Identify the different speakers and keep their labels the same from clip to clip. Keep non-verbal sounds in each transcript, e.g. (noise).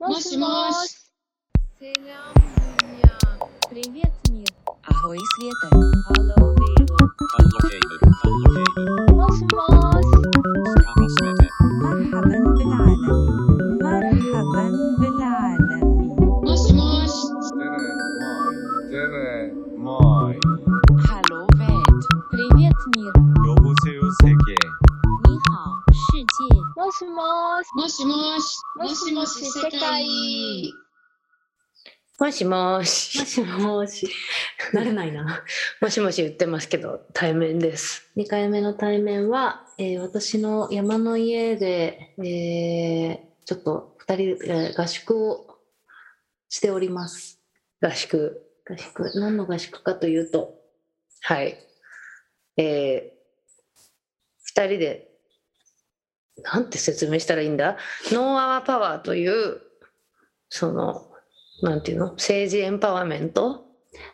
Speaker 1: もしもし。
Speaker 2: Selam dünya.
Speaker 3: Привет, мир.
Speaker 4: Ahoj světe,
Speaker 3: Hello, world.
Speaker 5: Unlocated. Unlocated.
Speaker 1: もしもし。
Speaker 5: Skava Svete.
Speaker 4: marhaban bil alamin, marhaban bil alamin,
Speaker 1: もしもし。
Speaker 6: Tere moj, tere moj.
Speaker 4: halo vet,
Speaker 3: Привет, мир.
Speaker 7: 여보세요 세계
Speaker 3: 你好，世界。
Speaker 1: もしもし。
Speaker 2: Moş moş.
Speaker 1: もしもし世界。
Speaker 8: もしもし。もしもし。
Speaker 9: 慣れないな。
Speaker 8: もしもし言ってますけど、対面です。
Speaker 9: 2回目の対面は、えー私の山の家で、えーちょっと2人、えー合宿をしております。
Speaker 8: 合宿。
Speaker 9: 合宿、何の合宿かというと、
Speaker 8: はい。えー、2人で、なんて説明したらいいんだノーアワーパワーという、その、なんていうの政治エンパワーメント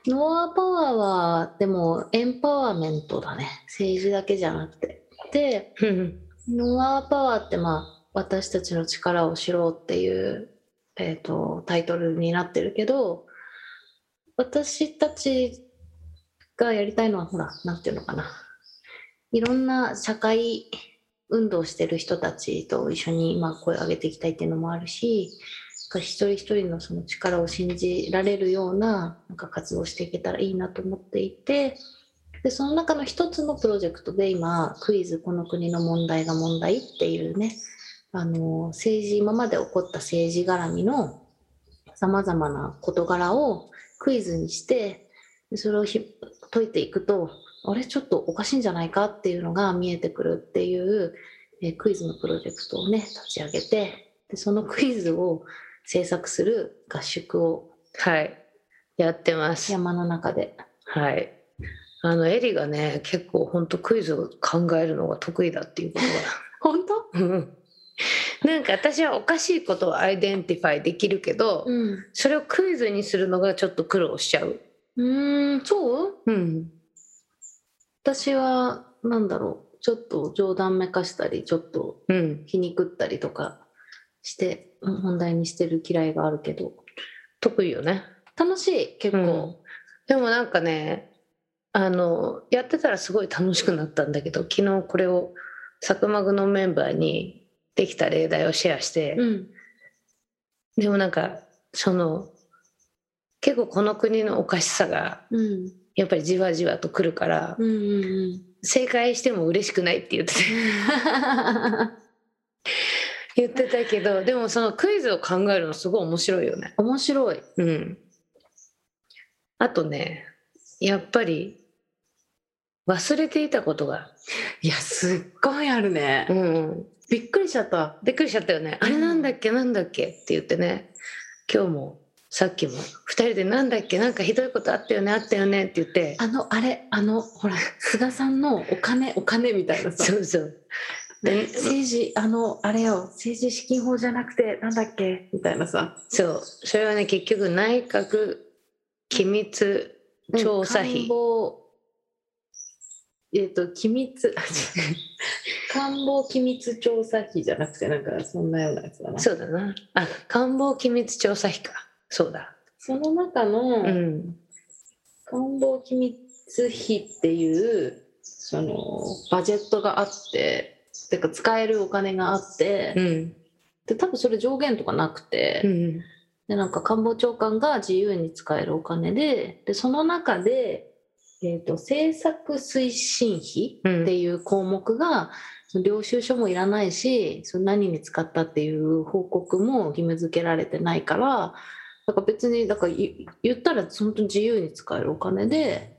Speaker 9: ノアパワーは、でもエンパワーメントだね。政治だけじゃなくて。で、
Speaker 8: うん
Speaker 9: ノアパワーって、まあ、私たちの力を知ろうっていう、えー、とタイトルになってるけど私たちがやりたいのはほらなんていうのかないろんな社会運動してる人たちと一緒に、まあ、声を上げていきたいっていうのもあるしなんか一人一人のその力を信じられるようななんか活動をしていけたらいいなと思っていて。でその中の一つのプロジェクトで今クイズこの国の問題が問題っていうねあの政治今まで起こった政治絡みのさまざまな事柄をクイズにしてでそれをひ解いていくとあれちょっとおかしいんじゃないかっていうのが見えてくるっていう、えークイズのプロジェクトをね立ち上げてでそのクイズを制作する合宿を
Speaker 8: はい。やってます。
Speaker 9: 山の中で
Speaker 8: はい。あの、エリがね、結構本当クイズを考えるのが得意だっていうことが
Speaker 9: (laughs) 本当
Speaker 8: うんなんか私はおかしいことをアイデンティファイできるけど、
Speaker 9: うん
Speaker 8: それをクイズにするのがちょっと苦労しちゃう。
Speaker 9: うーんそう
Speaker 8: うん。
Speaker 9: 私はなんだろうちょっと冗談めかしたりちょっと
Speaker 8: うん。
Speaker 9: 皮肉ったりとかしてうん問題にしてる嫌いがあるけど
Speaker 8: 得意よね。
Speaker 9: 楽しい結
Speaker 8: うん
Speaker 9: 構、
Speaker 8: でもなんかね、あの、やってたらすごい楽しくなったんだけど、昨日これをサクマグのメンバーにできた例題をシェアして、
Speaker 9: うん
Speaker 8: でもなんか、その、結構この国のおかしさが、
Speaker 9: うん、
Speaker 8: やっぱりじわじわと来るから、
Speaker 9: うんうんうん
Speaker 8: 正解しても嬉しくないって言ってて。言ってたけどでもそのクイズを考えるのす (laughs) ごい面白いよね
Speaker 9: 面白い
Speaker 8: うんあとねやっぱり忘れていたことが
Speaker 9: いやすっごいあるね
Speaker 8: うん
Speaker 9: びっくりしちゃった
Speaker 8: びっくりしちゃったよねあれなんだっけなんだっけって言ってね今日もさっきも2人でなんだっけなんかひどいことあったよねあったよねって言って
Speaker 9: あのあれあのほら菅さんのお金お金みたいなさ
Speaker 8: そうそうで
Speaker 9: 政治あのあれよ政治資金法じゃなくてなんだっけみたいなさ
Speaker 8: そうそれはね結局内閣機密調査
Speaker 9: うん官
Speaker 8: 費
Speaker 9: 房えっ、と機密 (laughs) 官房機密調査費じゃなくてなんかそんなようなやつだなそ
Speaker 8: そうだなあ官房機密調査費かそうだ
Speaker 9: の中の
Speaker 8: うん
Speaker 9: 官房機密費っていうそのバジェットがあっててか使えるお金があって、
Speaker 8: うん
Speaker 9: で多分それ上限とかなくて、
Speaker 8: うん
Speaker 9: でなんか官房長官が自由に使えるお金ででその中で、えー、と政策推進費
Speaker 8: うん
Speaker 9: っていう項目が、その領収書もいらないしその何に使ったっていう報告も義務付けられてないからだから別にだからい言ったら本当に自由に使えるお金で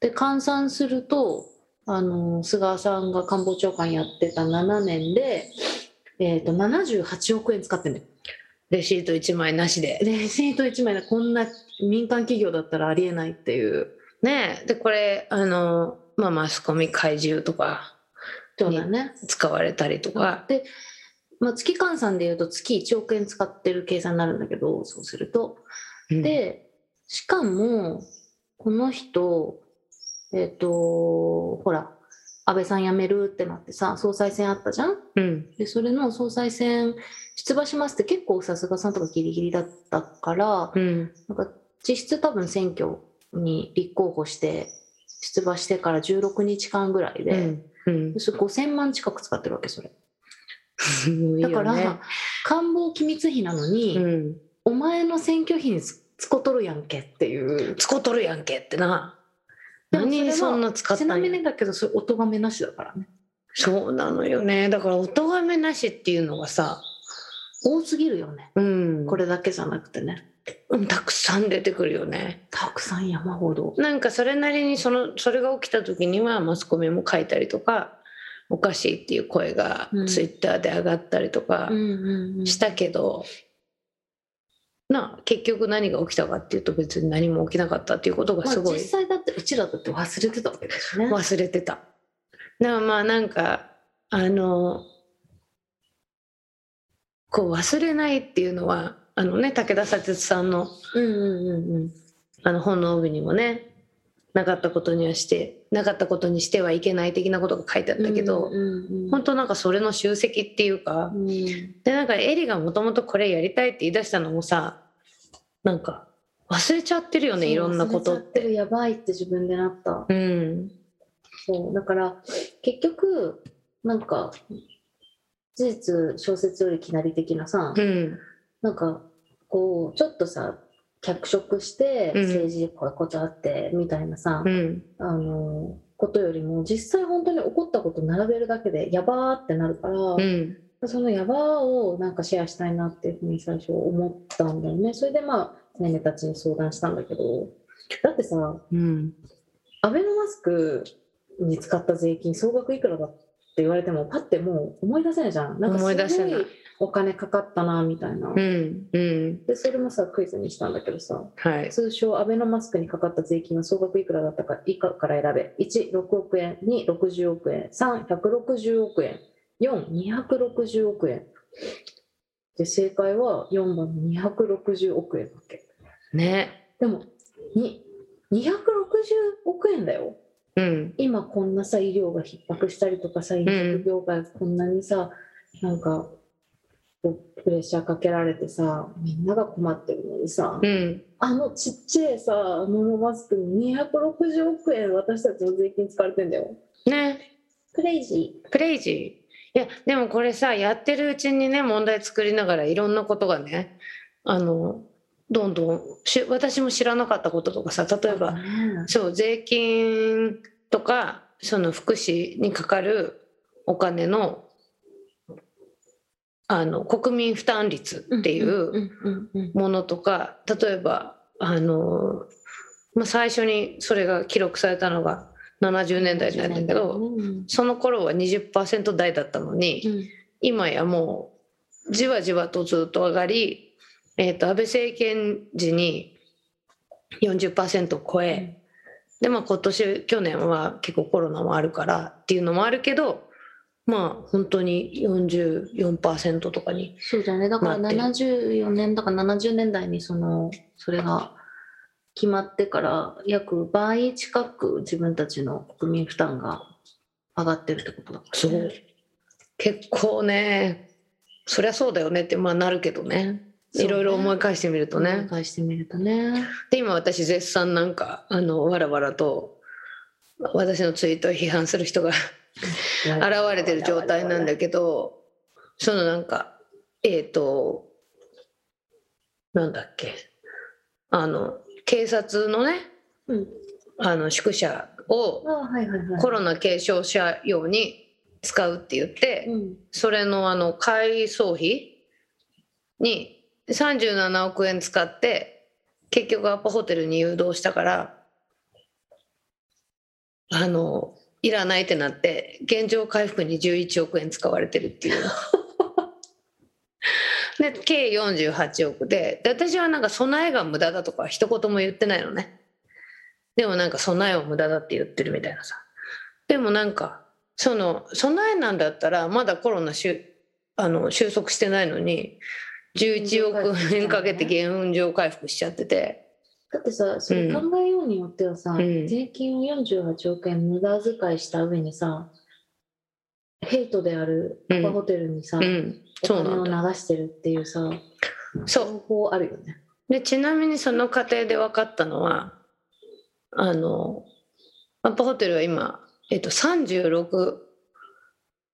Speaker 9: で換算するとあの菅さんが官房長官やってた7年で、えー、と78億円使ってんだよ
Speaker 8: レシート1枚なしで
Speaker 9: レシート1枚でこんな民間企業だったらありえないっていう
Speaker 8: ねえでこれあのまあマスコミ怪獣とか
Speaker 9: そうだね。
Speaker 8: 使われたりとか
Speaker 9: で、まあ、月換算でいうと月1億円使ってる計算になるんだけどそうすると。
Speaker 8: で
Speaker 9: でしかもこの人えっ、とほら安倍さん辞めるってなってさ総裁選あったじゃん
Speaker 8: うん
Speaker 9: でそれの総裁選出馬しますって結構さすがさんとかギリギリだったから
Speaker 8: うん。
Speaker 9: なんか実質多分選挙に立候補して出馬してから16日間ぐらいで、
Speaker 8: うん。
Speaker 9: それ5000万近く使ってるわけそれ
Speaker 8: すごいよ
Speaker 9: だか
Speaker 8: ね
Speaker 9: ら、官房機密費なのに、
Speaker 8: うん。
Speaker 9: お前の選挙費につつことるやんけっていう
Speaker 8: つことるやんけってな。
Speaker 9: でも
Speaker 8: 何に
Speaker 9: それは
Speaker 8: そんな使った
Speaker 9: ち
Speaker 8: んや
Speaker 9: なみにだけどそれお咎めなしだからね
Speaker 8: そうなのよね。だから、お咎めなしっていうのがさ、
Speaker 9: 多すぎるよね
Speaker 8: うん。
Speaker 9: こ
Speaker 8: これ、
Speaker 9: れだけじゃなくてね
Speaker 8: うんたくさん出てくるよね。
Speaker 9: たくさん山ほど
Speaker 8: なんか、それなりに、その、それが起きた時には、マスコミも書いたりとか、おかしいっていう声が
Speaker 9: うん、
Speaker 8: ツイッターで上がったりとかしたけど、なあ、結局何が起きたかっていうと、別に何も起きなかったっていうことが
Speaker 9: まあ
Speaker 8: すごい。
Speaker 9: 実際だってうちらだって忘れてたわけだしね、
Speaker 8: 忘れてた。だからまあなんかあのこう忘れないっていうのはあのね武田砂鉄さんの
Speaker 9: うんうんうんうん
Speaker 8: あの本の帯にもねなかったことにはしてなかったことにしてはいけない的なことが書いてあったけど、
Speaker 9: うんうんうん
Speaker 8: 本当なんかそれの集積っていうか、でなんかエリがもともとこれやりたいって言い出したのもさなんか忘れちゃってるよねいろんなことっ
Speaker 9: 忘れちゃって
Speaker 8: て。
Speaker 9: るやばいって自分でなった
Speaker 8: うん、
Speaker 9: そうだから結局なんか事実小説よりきなり的なさ、
Speaker 8: うん、
Speaker 9: なんかこうちょっとさ脚色して
Speaker 8: うん
Speaker 9: 政治こういうことあってみたいなさ、
Speaker 8: うん
Speaker 9: あのことよりも実際本当に起こったこと並べるだけでやばーってなるから、
Speaker 8: うん
Speaker 9: そのヤバーをなんかシェアしたいなっていうふうに最初思ったんだよね。それでまあ、ねねたちに相談したんだけど、だってさ、
Speaker 8: うん
Speaker 9: アベノマスクに使った税金総額いくらだって言われても、パってもう思い出せないじゃん。なんかすご
Speaker 8: 思い出せない
Speaker 9: いお金かかったな、みたいな。
Speaker 8: うんうん
Speaker 9: で、それもさ、クイズにしたんだけどさ、
Speaker 8: はい
Speaker 9: 通称アベノマスクにかかった税金は総額いくらだったか以下から選べ。1、6億円。2、60億円。3、160億円。4、260億円。で、正解は4番の260億円だっけ。
Speaker 8: ね
Speaker 9: でも、に260億円だよ。
Speaker 8: うん
Speaker 9: 今こんなさ、医療が逼迫したりとかさ、飲食業界がこんなにさ、なんか、こうプレッシャーかけられてさ、みんなが困ってるのにさ、
Speaker 8: うん
Speaker 9: あのちっちゃいさ、モノマスクに260億円私たちの税金使われてんだよ。
Speaker 8: ね
Speaker 9: クレイジ
Speaker 8: クレイジーいやでもこれさやってるうちにね問題作りながらいろんなことがねあのどんどんし私も知らなかったこととかさ例えばそう税金とかその福祉にかかるお金のあの国民負担率っていう。ものとか例えばあの、まあ、最初にそれが記録されたのが70年代になるんだけど、その頃は20%台だったのに、
Speaker 9: うん
Speaker 8: 今やもうじわじわとずっと上がり、えー、と安倍政権時に40%を超え、でまあ今年去年は結構コロナもあるからっていうのもあるけどまあ本当に44%とかに
Speaker 9: そうだね、だから
Speaker 8: 待って
Speaker 9: 74年だから70年代にそのそれが決まってから約倍近く自分たちの国民負担が上がってるってことだから、ね。
Speaker 8: そう。結構ね、そりゃそうだよねって、まあなるけどね。
Speaker 9: そうね
Speaker 8: いろいろ思い返してみると
Speaker 9: ね。
Speaker 8: ね。
Speaker 9: 返してみるとね。
Speaker 8: で、今私絶賛なんか、あの、わらわらと、私のツイートを批判する人が現れてる状態なんだけど、そのなんか、えっ、と、なんだっけ、あの、警察のね、
Speaker 9: うん
Speaker 8: あの、宿舎を
Speaker 9: あはいはいはい。
Speaker 8: コロナ軽症者用に使うって言って、
Speaker 9: うん
Speaker 8: それのあの改装費に37億円使って結局アパホテルに誘導したからあのいらないってなって現状回復に11億円使われてる (laughs) っていう。で計48億でで私はなんか備えが無駄だとか一言も言ってないのねでもなんか備えを無駄だって言ってるみたいなさでもなんかその備えなんだったらまだコロナしゅあの収束してないのに11億円かけて現状回復しちゃってて
Speaker 9: だってさそれ考えようによってはさ、
Speaker 8: うん
Speaker 9: 税金を48億円無駄遣いした上にさヘイトであるアパホテルにさ、
Speaker 8: うん
Speaker 9: お
Speaker 8: そうなん
Speaker 9: 金を
Speaker 8: だ
Speaker 9: 流してるっていうさ
Speaker 8: そう
Speaker 9: 情報あるよね
Speaker 8: でちなみにその過程で分かったのはあのアッパホテルは今、えっと、36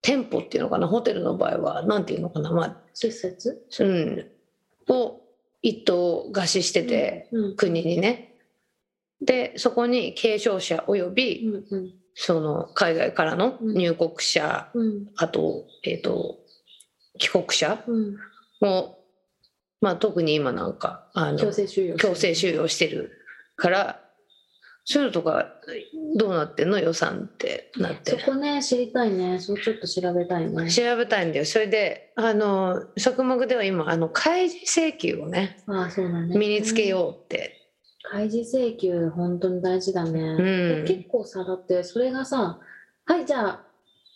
Speaker 8: 店舗っていうのかなホテルの場合はなんていうのかなまあ
Speaker 9: 施設
Speaker 8: うんを一棟貸ししてて、
Speaker 9: うん
Speaker 8: 国にねでそこに継承者およ
Speaker 9: う
Speaker 8: び
Speaker 9: んうん
Speaker 8: その海外からの入国者、
Speaker 9: うん
Speaker 8: あと,、えっと帰国者
Speaker 9: うん
Speaker 8: も、まあ、特に今なんかあの
Speaker 9: 強制収容
Speaker 8: 強制収容してるからそういうのとかどうなってんの予算ってなって
Speaker 9: そこね知りたいねそうちょっと調べたいね
Speaker 8: 調べたいんだよそれであの職目では今あの開示請求をね
Speaker 9: ああそうだね
Speaker 8: 身につけようって、
Speaker 9: 開示請求本当に大事だね、
Speaker 8: ん
Speaker 9: 結構さだってそれがさはいじゃあ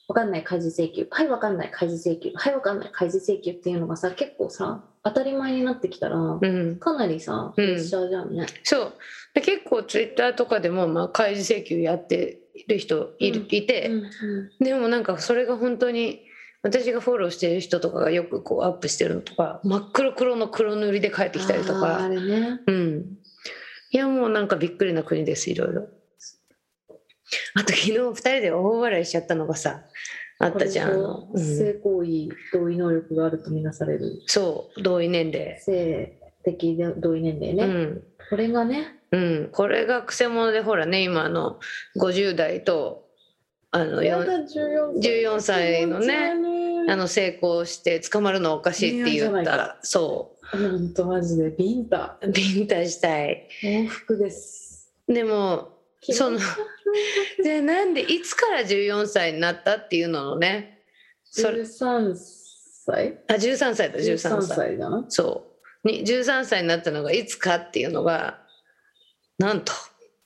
Speaker 9: わかんない開示請求はいわかんない開示請求はいわかんない開示請求っていうのがさ結構さ当たり前になってきたら、
Speaker 8: うん、
Speaker 9: かなりさプ
Speaker 8: うん
Speaker 9: レッシャーじゃんね、
Speaker 8: そうで結構ツイッターとかでも、まあ、開示請求やってる人い
Speaker 9: う
Speaker 8: る、
Speaker 9: ん
Speaker 8: いて、
Speaker 9: うん
Speaker 8: でもなんかそれが本当に私がフォローしてる人とかがよくこうアップしてるのとか真っ黒黒の黒塗りで帰ってきたりと
Speaker 9: あーあ
Speaker 8: か
Speaker 9: れね
Speaker 8: うんいやもうなんかびっくりな国ですいろいろあと昨日2人で大笑いしちゃったのがさあったじゃんあの
Speaker 9: これと
Speaker 8: うん
Speaker 9: 性行為同意能力があるとみなされる
Speaker 8: そう同意年齢
Speaker 9: 性的同意年齢ね、
Speaker 8: うん
Speaker 9: これがね
Speaker 8: うん、これがくせ者でほらね今あの50代とあのよん14歳のねあの成功して捕まるのはおかしいって言
Speaker 9: 恋愛
Speaker 8: っ
Speaker 9: じゃ
Speaker 8: た
Speaker 9: ない
Speaker 8: らそう
Speaker 9: 本当マジでビンタ
Speaker 8: ビンタしたい
Speaker 9: 往復です
Speaker 8: でもそのでなんでいつから14歳になったっていうののねそれ
Speaker 9: 13歳
Speaker 8: あ13歳だ13歳
Speaker 9: 13歳だな
Speaker 8: そうに13歳になったのがいつかっていうのがなんと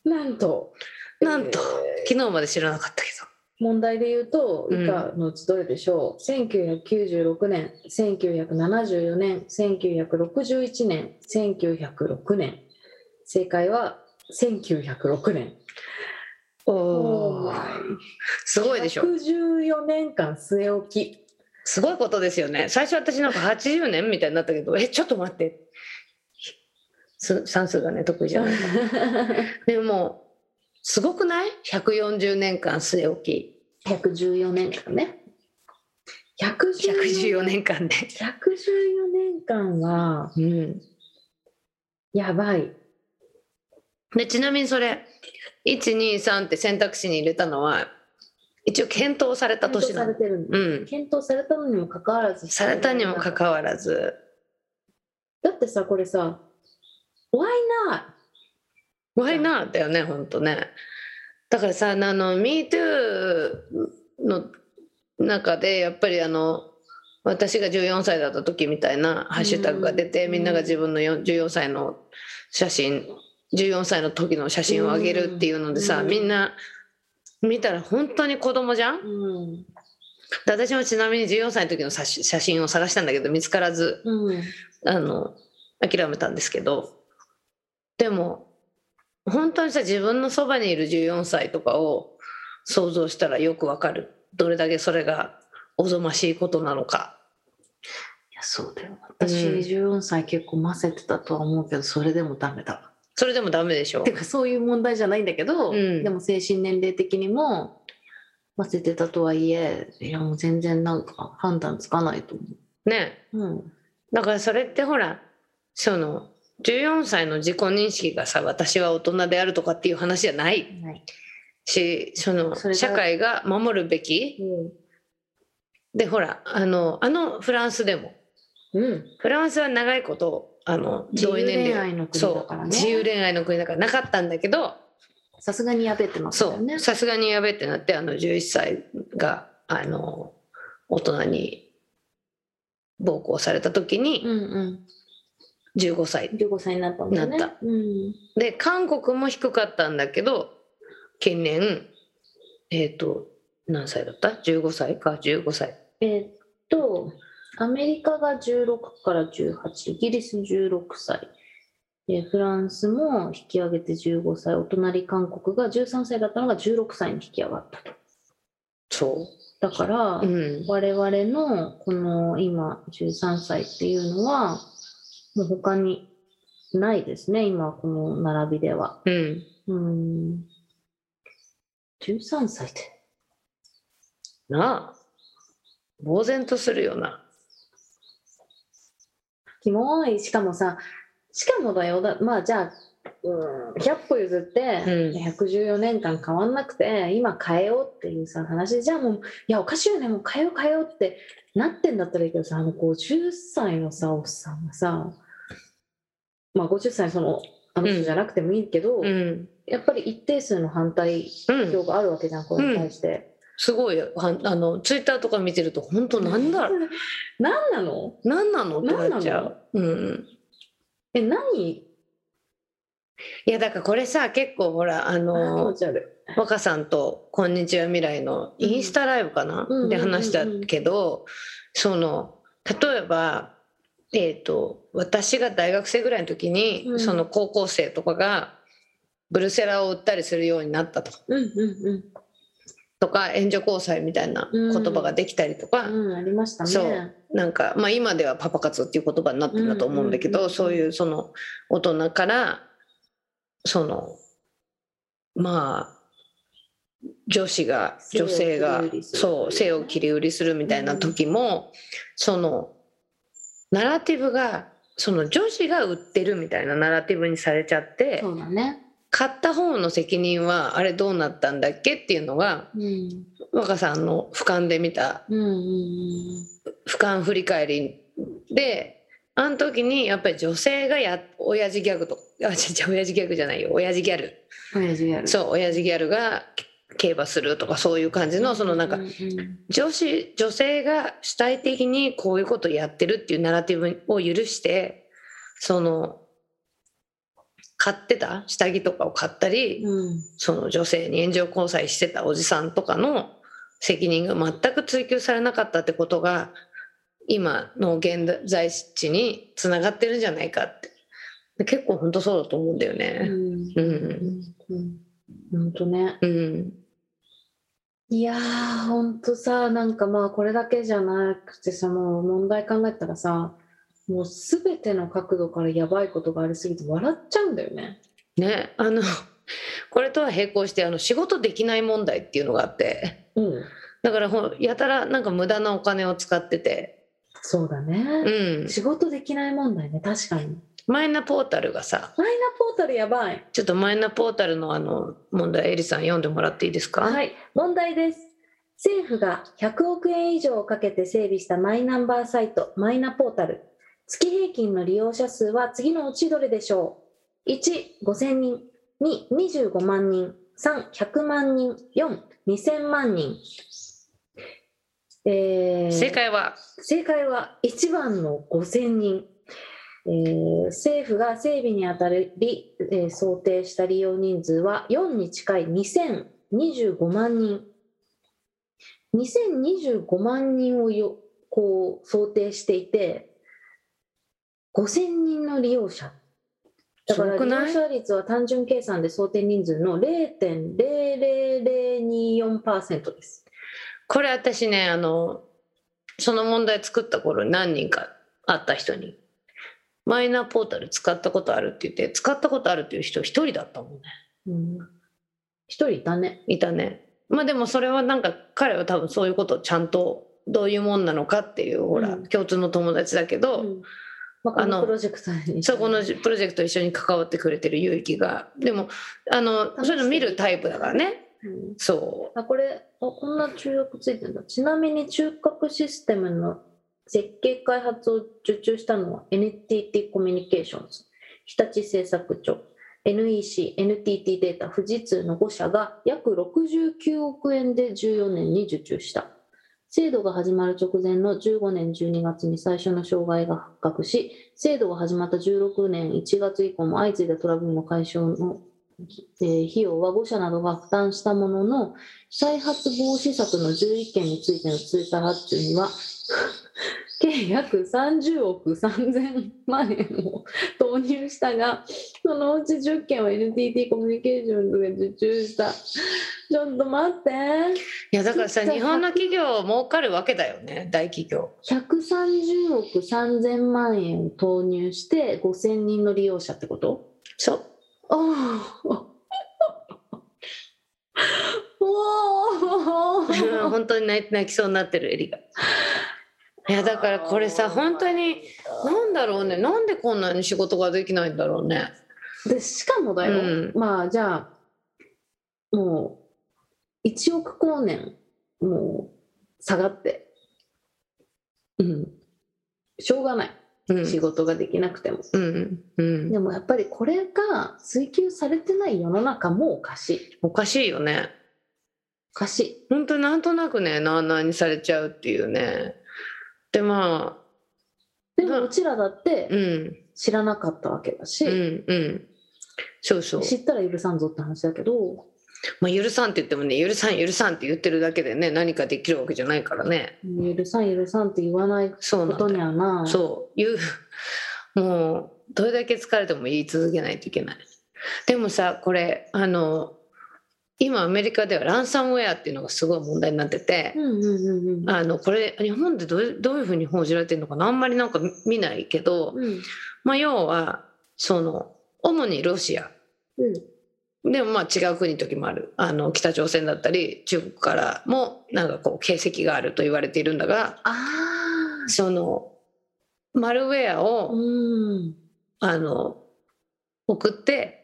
Speaker 9: なんと
Speaker 8: なんと
Speaker 9: えー
Speaker 8: 昨日まで知らなかったけ
Speaker 9: 問題で言うと
Speaker 8: うん
Speaker 9: 以下のうちどれでしょう、1996年1974年1961年1906年正解は1906年
Speaker 8: どおーすごいでしょ
Speaker 9: 114年間据え置き
Speaker 8: すごいことですよね最初私なんか80年みたいになったけどえちょっと待ってす算数がね得意じゃないでもすごくない140年間据え置き
Speaker 9: 114年間ね114
Speaker 8: 114年間で、
Speaker 9: 114年間は
Speaker 8: うん、
Speaker 9: やばい
Speaker 8: でちなみにそれ123って選択肢に入れたのは一応検討された
Speaker 9: 検討
Speaker 8: 年な
Speaker 9: さ
Speaker 8: の
Speaker 9: れてるんだ
Speaker 8: うん
Speaker 9: 検討されたのにもかかわらず
Speaker 8: されたにもかかわらず
Speaker 9: だってさこれさ「Why not?」
Speaker 8: 「Why not?」だよねほんとねだからさあの「MeToo」の中でやっぱりあの私が14歳だった時みたいなハッシュタグが出て、
Speaker 9: うん
Speaker 8: みんなが自分のよん14歳の写真14歳の時の写真をあげるっていうのでさ、
Speaker 9: うん
Speaker 8: みんな見たら本当に子供じゃ
Speaker 9: う
Speaker 8: ん
Speaker 9: ん
Speaker 8: で私もちなみに14歳の時の写真写真を探したんだけど見つからず
Speaker 9: うん
Speaker 8: あの諦めたんですけどでも本当にさ自分のそばにいる14歳とかを想像したらよくわかるどれだけそれがおぞましいことなのか
Speaker 9: いやそうだよ私
Speaker 8: うん
Speaker 9: 14歳結構ませてたとは思うけどそれでもダメだわ
Speaker 8: それでもダメでし
Speaker 9: (laughs)
Speaker 8: ょ
Speaker 9: てかそういう問題じゃないんだけど、
Speaker 8: うん
Speaker 9: でも精神年齢的にもませてたとはいえいやもう全然なんか判断つかないと思
Speaker 8: ね
Speaker 9: う、うん、
Speaker 8: だからそれってほらその14歳の自己認識がさ私は大人であるとかっていう話じゃない
Speaker 9: ない、
Speaker 8: しその
Speaker 9: それが
Speaker 8: 社会が守るべきでほらあのあのフランスでも
Speaker 9: うん、
Speaker 8: フランスは長いことあの
Speaker 9: 自由
Speaker 8: 同意年
Speaker 9: 恋
Speaker 8: 齢
Speaker 9: 愛の国だ
Speaker 8: そ
Speaker 9: か
Speaker 8: う
Speaker 9: ら
Speaker 8: 自由
Speaker 9: ね
Speaker 8: 恋愛の国だからなかったんだけど
Speaker 9: さすがにやべってなった
Speaker 8: そ
Speaker 9: よね
Speaker 8: うさすがにやべえってなってあの11歳があの大人に暴行された時に
Speaker 9: うんうん
Speaker 8: 15歳、
Speaker 9: 15歳になったんだよね
Speaker 8: なった
Speaker 9: うん
Speaker 8: で韓国も低かったんだけど近年えっ、と何歳だった ?15 歳か15歳
Speaker 9: えーっと、アメリカが16から18、イギリス16歳、えーフランスも引き上げて15歳、お隣韓国が13歳だったのが16歳に引き上がったと。
Speaker 8: そう
Speaker 9: だから、
Speaker 8: うん。
Speaker 9: 我々のこの今13歳っていうのはもう他にないですね今この並びでは
Speaker 8: うん。
Speaker 9: うん13歳って
Speaker 8: なあ。呆然とするよな。
Speaker 9: キモいしかもさしかもだよだまあじゃあうん100歩譲って、
Speaker 8: うん
Speaker 9: 114年間変わんなくて今変えようっていうさ話じゃあもういやおかしいよねもう変えよう変えようってなってんだったらいいけどさあの50歳のさおっさんがさまあ50歳そのあの
Speaker 8: う
Speaker 9: 人
Speaker 8: ん
Speaker 9: じゃなくてもいいけど、
Speaker 8: うん。
Speaker 9: やっぱり一定数の反対
Speaker 8: うん。
Speaker 9: 票があるわけじゃん、これに対して。
Speaker 8: すごいよ。はあの、ツイッターとか見てると、本当なんだ、
Speaker 9: 何 (laughs) なの
Speaker 8: なんなのってなっちゃう。うん。
Speaker 9: え何
Speaker 8: いや、だからこれさ、結構ほら、あ
Speaker 9: 気持
Speaker 8: の、
Speaker 9: ち悪
Speaker 8: 若さんと「こんにちは未来」のインスタライブかな、
Speaker 9: うん
Speaker 8: で話したけど、その例えば、えー、と私が大学生ぐらいの時に、
Speaker 9: うん
Speaker 8: その高校生とかがブルセラを売ったりするようになったと
Speaker 9: い。うんうん
Speaker 8: とか援助交際みたいな言葉ができたりとか、
Speaker 9: うん。うん、ありましたね。
Speaker 8: そうなんか、まあ、今ではパパ活っていう言葉になってるんだと思うんだけど、
Speaker 9: うんうんうん
Speaker 8: そういうその大人からそのまあ女子が
Speaker 9: 性を
Speaker 8: 女性が
Speaker 9: 切り売りする
Speaker 8: そう性を切り売りするみたいな時も、そのナラティブがその女子が売ってるみたいなナラティブにされちゃって
Speaker 9: そうだね。
Speaker 8: 買った方の責任はあれどうなったんだっけっていうのが
Speaker 9: うん。
Speaker 8: 若さんの俯瞰で見た
Speaker 9: うんうん
Speaker 8: 俯瞰振り返りであの時にやっぱり女性がや親父ギャグとあじゃ親父ギャグじゃないよ親父ギャル
Speaker 9: うん。親父やる。
Speaker 8: そう親父ギャルが競馬するとかそういう感じのそのなんか
Speaker 9: うんうん
Speaker 8: 女子女性が主体的にこういうことやってるっていうナラティブを許してその買ってた下着とかを買ったり
Speaker 9: うん。
Speaker 8: その女性に炎上交際してたおじさんとかの責任が全く追及されなかったってことが今の現在地につながってるんじゃないかってで結構本当そうだと思うんだよ
Speaker 9: う
Speaker 8: ね。
Speaker 9: ん。
Speaker 8: うん
Speaker 9: うん。本当ね。
Speaker 8: うん
Speaker 9: いやー、ほんとさ、なんかまあ、これだけじゃなくてさ、もう問題考えたらさ、もうすべての角度からやばいことがありすぎて笑っちゃうんだよね。
Speaker 8: ねあの (laughs) これとは並行してあの仕事できない問題っていうのがあって
Speaker 9: うん。
Speaker 8: だからほんやたらなんか無駄なお金を使ってて、
Speaker 9: そうだ
Speaker 8: う
Speaker 9: ね。
Speaker 8: ん、
Speaker 9: 仕事できない問題ね、確かに。
Speaker 8: マイナポータルがさ
Speaker 9: マイナポータルやばい。
Speaker 8: ちょっとマイナポータルのあの問題エリさん読んでもらっていいですか、
Speaker 9: はい、問題です。政府が100億円以上をかけて整備したマイナンバーサイト、マイナポータル。月平均の利用者数は次のうちどれでしょう ?1、5000人。2、25万人。3、100万人。4、2000万人。えー
Speaker 8: 正解は
Speaker 9: 正解は1番の5000人、えー政府が整備にあたり、えー想定した利用人数は4に近い2025万人2025万人をよこう想定していて5000人の利用者だから
Speaker 8: すごく
Speaker 9: 利
Speaker 8: ない
Speaker 9: 用者率は単純計算で想定人数の0.00024%です。
Speaker 8: これ私ねあのその問題作った頃に何人か会った人に「マイナポータル使ったことある?」って言って使ったことあるっていう人一人だったもんね
Speaker 9: うん、一人だね。
Speaker 8: いたねまあでもそれはなんか彼は多分そういうことをちゃんとどういうもんなのかっていうほら、
Speaker 9: うん
Speaker 8: 共通の友達だけど、
Speaker 9: うんまあ、こ
Speaker 8: あ
Speaker 9: の
Speaker 8: の
Speaker 9: プロジェクトに
Speaker 8: そこのプロジェクト一緒に関わってくれてる結城がでもあの
Speaker 9: 楽しい
Speaker 8: そういうの見るタイプだからね
Speaker 9: うん
Speaker 8: そ
Speaker 9: あこれあこんな注力ついてるんだちなみに中核システムの設計開発を受注したのは NTT コミュニケーションズ日立製作庁 NEC、NTT データ、富士通の5社が約69億円で14年に受注した。制度が始まる直前の15年12月に最初の障害が発覚し、制度が始まった16年1月以降も相次いだトラブルの解消の、えー費用は5社などが負担したものの、再発防止策の11件についての追加発注には (laughs) 計約30億3000万円を投入したが、そのうち10件を NTT コミュニケーションズが受注した。ちょっと待って。
Speaker 8: いやだからさ
Speaker 9: ちっちゃい
Speaker 8: 日本の企業儲かるわけだよね大企業
Speaker 9: 130億3000万円を投入して5000人の利用者ってこと
Speaker 8: そう
Speaker 9: おー (laughs) おー
Speaker 8: うん (laughs) 本当に泣い泣きそうになってるエリが。いやだからこれさ本当になんだろうねなんでこんなに仕事ができないんだろうね。
Speaker 9: でしかもだよ、
Speaker 8: うん
Speaker 9: まあじゃあもう1億光年もう下がってうんしょうがない
Speaker 8: うん
Speaker 9: 仕事ができなくても、
Speaker 8: うんうん、
Speaker 9: でもやっぱりこれが追求されてない世の中もおかしい
Speaker 8: おかしいよね。
Speaker 9: おかしい
Speaker 8: 本当なんとなくねなあなあにされちゃうっていうね。でまあ
Speaker 9: で
Speaker 8: うん
Speaker 9: もうちらだって
Speaker 8: うん
Speaker 9: 知らなかったわけだし、
Speaker 8: うんうんそうそう。
Speaker 9: 知ったら許さんぞって話だけど、
Speaker 8: まあ許さんって言ってもね許さん許さんって言ってるだけでね何かできるわけじゃないからね。
Speaker 9: 許さん許さんって言わない
Speaker 8: そう
Speaker 9: こ
Speaker 8: なんだ
Speaker 9: と
Speaker 8: よ
Speaker 9: にはな
Speaker 8: そういうもうどれだけ疲れても言い続けないといけないでもさこれあの今アメリカではランサムウェアっていうのがすごい問題になってて、
Speaker 9: うんうんうんうん
Speaker 8: あのこれ日本でどうどういうふうに報じられてるのかなあんまりなんか見見ないけど、
Speaker 9: うん
Speaker 8: まあ、要はその主にロシア
Speaker 9: うん
Speaker 8: でもまあ違う国の時もあるあの北朝鮮だったり中国からもなんかこう形跡があると言われているんだが
Speaker 9: あ
Speaker 8: そのマルウェア
Speaker 9: あ
Speaker 8: を
Speaker 9: うん
Speaker 8: あの送って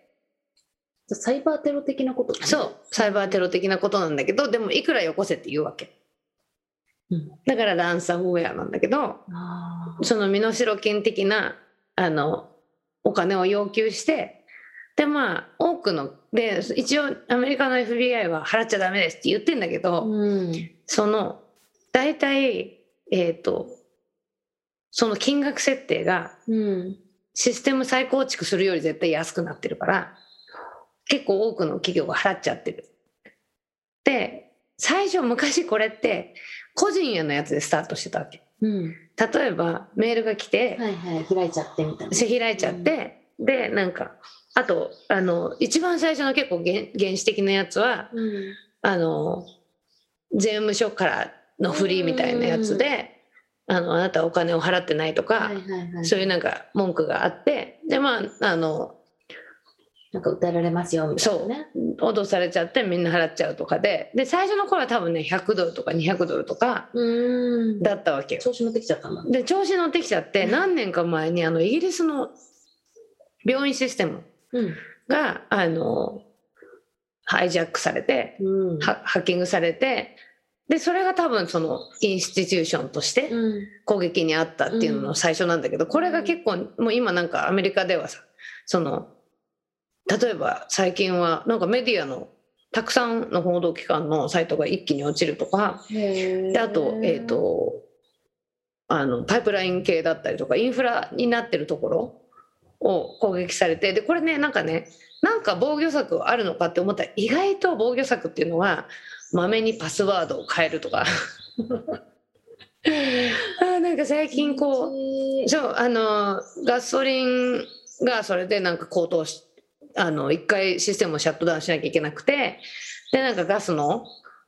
Speaker 9: じゃあサイバーテロ的なことかな
Speaker 8: そうサイバーテロ的なことなんだけどでもいくらよこせって言うわけ、
Speaker 9: うん
Speaker 8: だからランサムウェアなんだけど
Speaker 9: あ
Speaker 8: その身代金的なあのお金を要求してでまあ多くので一応アメリカの FBI は払っちゃダメですって言ってんだけ
Speaker 9: あ
Speaker 8: ど、
Speaker 9: うん
Speaker 8: その大体えっ、とその金額設定が
Speaker 9: うん
Speaker 8: システム再構築するより絶対安くなってるから結構多くの企業が払っちゃってる。で最初昔これって個人へのやつでスタートしてたわけ。
Speaker 9: うん
Speaker 8: 例えばメールが来て、
Speaker 9: はいはい開いちゃってみたいな
Speaker 8: 開いちゃって、でなんかあとあの一番最初の結構原原始的なやつは
Speaker 9: うん
Speaker 8: あの税務署からのフリーみたいなやつで、あのあなたお金を払ってないとか、
Speaker 9: はいはいはい
Speaker 8: そういうなんか文句があってでまああの
Speaker 9: なんか歌えられますよみたいなね
Speaker 8: 脅されちゃってみんな払っちゃうとかでで最初の頃は多分ね100ドルとか200ドルとか
Speaker 9: うん
Speaker 8: だったわけよ。
Speaker 9: 調子乗ってきちゃったんだ
Speaker 8: で調子乗ってきちゃって何年か前にあのイギリスの病院システム
Speaker 9: うん
Speaker 8: があのハイジャックされて
Speaker 9: うん
Speaker 8: ハハッキングされてでそれが多分そのインスティテューションとして
Speaker 9: うん
Speaker 8: 攻撃にあったっていうの
Speaker 9: う
Speaker 8: の
Speaker 9: ん
Speaker 8: 最初なんだけど、これが結構もう今なんかアメリカではさその例えば最近はなんかメディアのたくさんの報道機関のサイトが一気に落ちるとか
Speaker 9: へ
Speaker 8: であと,、えー、とあのパイプライン系だったりとかインフラになってるところを攻撃されてでこれねなんかねなんか防御策あるのかって思ったら意外と防御策っていうのはまめにパスワードを変えると (laughs) かあーなんか最近こう
Speaker 9: う
Speaker 8: そうあのガソリンがそれでなんか高騰しあの一回システムをシャットダウンしなきゃいけなくてでなんかガスの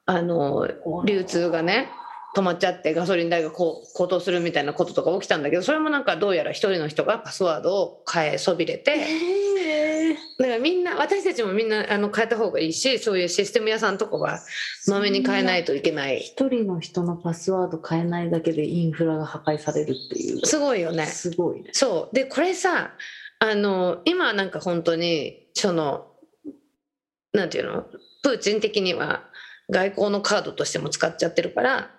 Speaker 8: あの流通がね止まっちゃってガソリン代がこう高騰するみたいなこととか起きたんだけどそれもなんかどうやら一人の人がパスワードを変えそびれてだからみんな私たちもみんなあの変えた方がいいしそういうシステム屋さんとかはまめに変えないといけない
Speaker 9: 一人の人のパスワード変えないだけでインフラが破壊されるっていう
Speaker 8: すごいよね。
Speaker 9: すごいね
Speaker 8: そうでこれさあの今なんか本当にそのなんていうのプーチン的には外交のカードとしても使っちゃってるから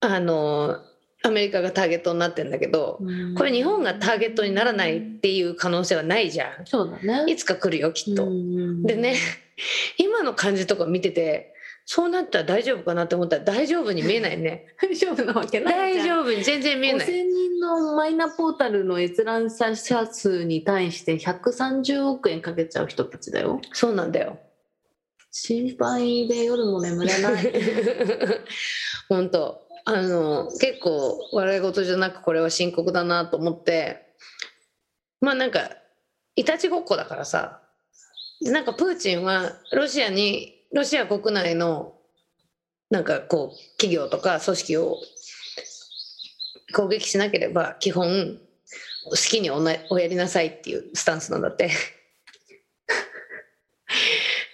Speaker 8: あのアメリカがターゲットになってんだけどこれ日本がターゲットにならないっていう可能性はないじゃ
Speaker 9: そうだ
Speaker 8: んい
Speaker 9: ね
Speaker 8: つか来るよきっと。で
Speaker 9: で
Speaker 8: ね (laughs) 今の感じとか見ててそうなったら大丈夫かなって思ったら大丈夫に見えないね
Speaker 9: (laughs) 大丈夫なわけない
Speaker 8: 大
Speaker 9: じゃん
Speaker 8: 丈夫に全然見えない。
Speaker 9: 5000人のマイナポータルの閲覧者数に対して130億円かけちゃう人たちだよ
Speaker 8: そうなんだよ
Speaker 9: 心配で夜も眠れない (laughs)
Speaker 8: (laughs) 本当あの結構笑い事じゃなくこれは深刻だなと思ってまあなんかいたちごっこだからさなんかプーチンはロシアにロシア国内のなんかこう企業とか組織を攻撃しなければ基本好きにおなおやりなさいっていうスタンスなんだって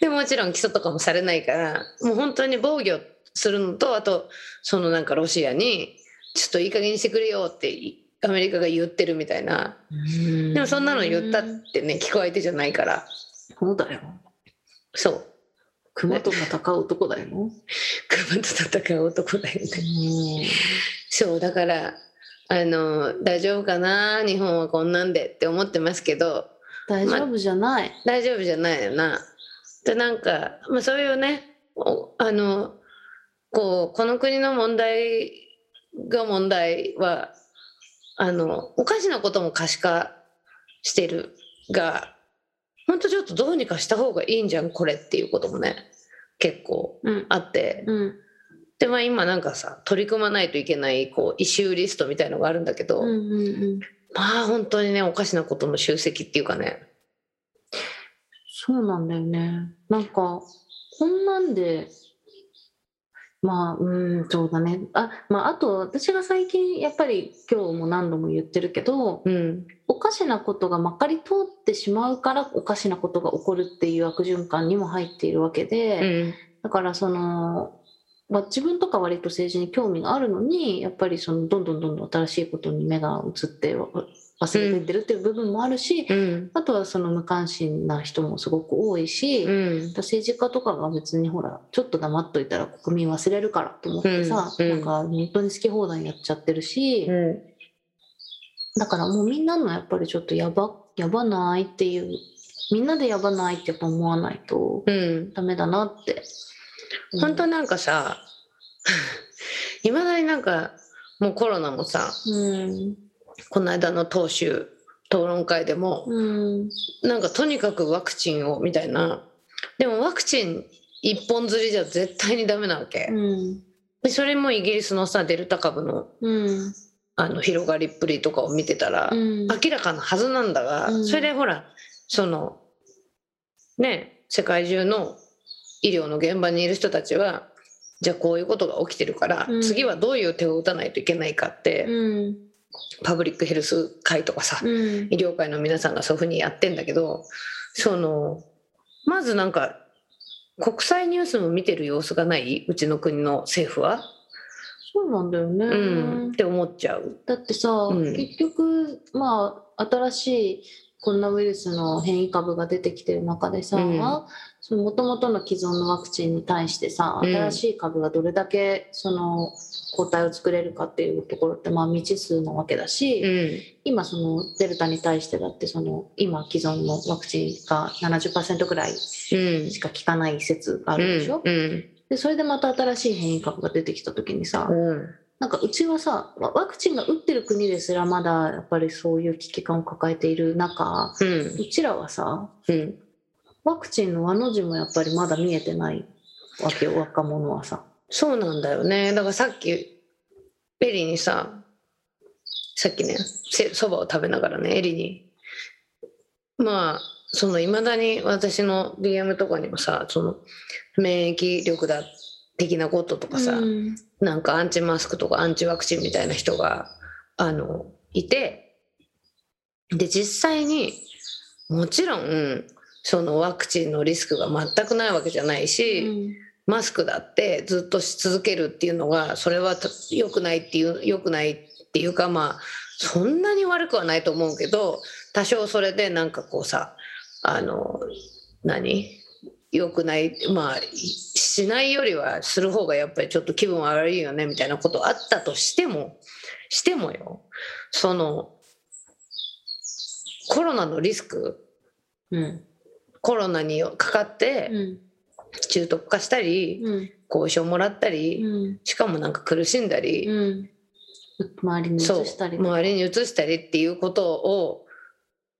Speaker 8: でもちろん起訴とかもされないからもう本当に防御するのとあとそのなんかロシアにちょっといい加減にしてくれよっていアメリカが言ってるみたいなでもそんなの言ったってね聞く相手じゃないから
Speaker 9: そうだよ。
Speaker 8: そう
Speaker 9: 熊と戦う男だよ。
Speaker 8: 熊と戦う男だよねそうだからあの大丈夫かな日本はこんなんでって思ってますけど
Speaker 9: 大丈夫じゃない。
Speaker 8: 大丈夫じゃないよな。でなんか、まあ、そういうねおあのこうこの国の問題が問題はあのおかしなことも可視化してるがほんとちょっとどうにかした方がいいんじゃんこれっていうこともね結構
Speaker 9: うん。
Speaker 8: あって
Speaker 9: うん。
Speaker 8: で、まあ、今なんかさ取り組まないといけないこうイシューリストみたいのがあるんだけど、
Speaker 9: うんうんうん。
Speaker 8: まあ本当にねおかしなことの集積っていうかね
Speaker 9: そうなんだよね。なんか、こんなんで、まあ、うーん、そうだね。あ、まあ、あと、私が最近、やっぱり今日も何度も言ってるけど、
Speaker 8: うん
Speaker 9: おかしなことがまかり通ってしまうから、おかしなことが起こるっていう悪循環にも入っているわけ
Speaker 8: う
Speaker 9: で、
Speaker 8: ん
Speaker 9: だから、その、まあ自分とか割と政治に興味があるのに、やっぱりその、どんどんどんどん新しいことに目が移って、わ忘れてってるっていう部分もあるし、
Speaker 8: うん
Speaker 9: あとはその無関心な人もすごく多いし、
Speaker 8: うん
Speaker 9: 政治家とかが別にほらちょっと黙っといたら国民忘れるからと思ってさ、
Speaker 8: うんうん
Speaker 9: なんか本当に好き放題やっちゃってるし、
Speaker 8: うん
Speaker 9: だからもうみんなのやっぱりちょっとやばやばないっていうみんなでやばないってやっぱ思わないと
Speaker 8: うん、
Speaker 9: ダメだなって、
Speaker 8: 本当なんかさ (laughs) いまだになんかもうコロナもさ
Speaker 9: うん
Speaker 8: この間の党首討論会でも
Speaker 9: うん
Speaker 8: なんかとにかくワクチンをみたいなでもワクチン一本釣りじゃ絶対にダメなわけ
Speaker 9: う、ん
Speaker 8: でそれもイギリスのさデルタ株の
Speaker 9: うん
Speaker 8: あの広がりっぷりとかを見てたら、
Speaker 9: うん
Speaker 8: 明らかなはずなんだが、
Speaker 9: うん
Speaker 8: それでほらそのね世界中の医療の現場にいる人たちはじゃあこういうことが起きてるから、
Speaker 9: うん
Speaker 8: 次はどういう手を打たないといけないかって、
Speaker 9: うん
Speaker 8: パブリックヘルス会とかさ、
Speaker 9: うん
Speaker 8: 医療界の皆さんがそういうふうにやってんだけどそのまずなんか国際ニュースも見てる様子がないうちの国の政府は、
Speaker 9: そうなんだよね、
Speaker 8: うん、って思っちゃう。
Speaker 9: だってさ、
Speaker 8: うん
Speaker 9: 結局まあ新しいコロナウイルスの変異株が出てきてる中でさ、
Speaker 8: うん
Speaker 9: その元々の既存のワクチンに対してさ
Speaker 8: うん
Speaker 9: 新しい株がどれだけその抗体を作れるかっていうところってまあ未知数なわけだし、
Speaker 8: うん
Speaker 9: 今そのデルタに対してだってその今既存のワクチンが70%くらいし
Speaker 8: うん
Speaker 9: か効かない説があるでしょ、
Speaker 8: うん
Speaker 9: でそれでまた新しい変異株が出てきた時にさ、
Speaker 8: うん
Speaker 9: なんかうちはさワワクチンが打ってる国ですらまだやっぱりそういう危機感を抱えている中
Speaker 8: うん
Speaker 9: うちらはさ
Speaker 8: うん
Speaker 9: ワクチンの和の字もやっぱりまだ見えてないわけよ若者はさ。
Speaker 8: そうなんだよねだからさっきエリにささっきねせそばを食べながらねエリにまあそのいまだに私の DM とかにもさその免疫力だ的なこととかさ、
Speaker 9: うん
Speaker 8: なんかアンチマスクとかアンチワクチンみたいな人があのいてで実際にもちろんそのワクチンのリスクが全くないわけじゃないし、マスクだってずっとし続けるっていうのがそれはた良くないっていう良くないっていうかまあそんなに悪くはないと思うけど多少それでなんかこうさあの何良くないまあいしないよりはする方がやっぱりちょっと気分悪いよねみたいなことあったとしてもしてもよそのコロナのリスク
Speaker 9: うん
Speaker 8: コロナによかかって
Speaker 9: うん
Speaker 8: 中毒化したり、
Speaker 9: うん
Speaker 8: 後遺症もらったり、
Speaker 9: うん
Speaker 8: しかもなんか苦しんだり、
Speaker 9: うん周りに移
Speaker 8: そう
Speaker 9: したりとか
Speaker 8: 周りに移したりっていうことを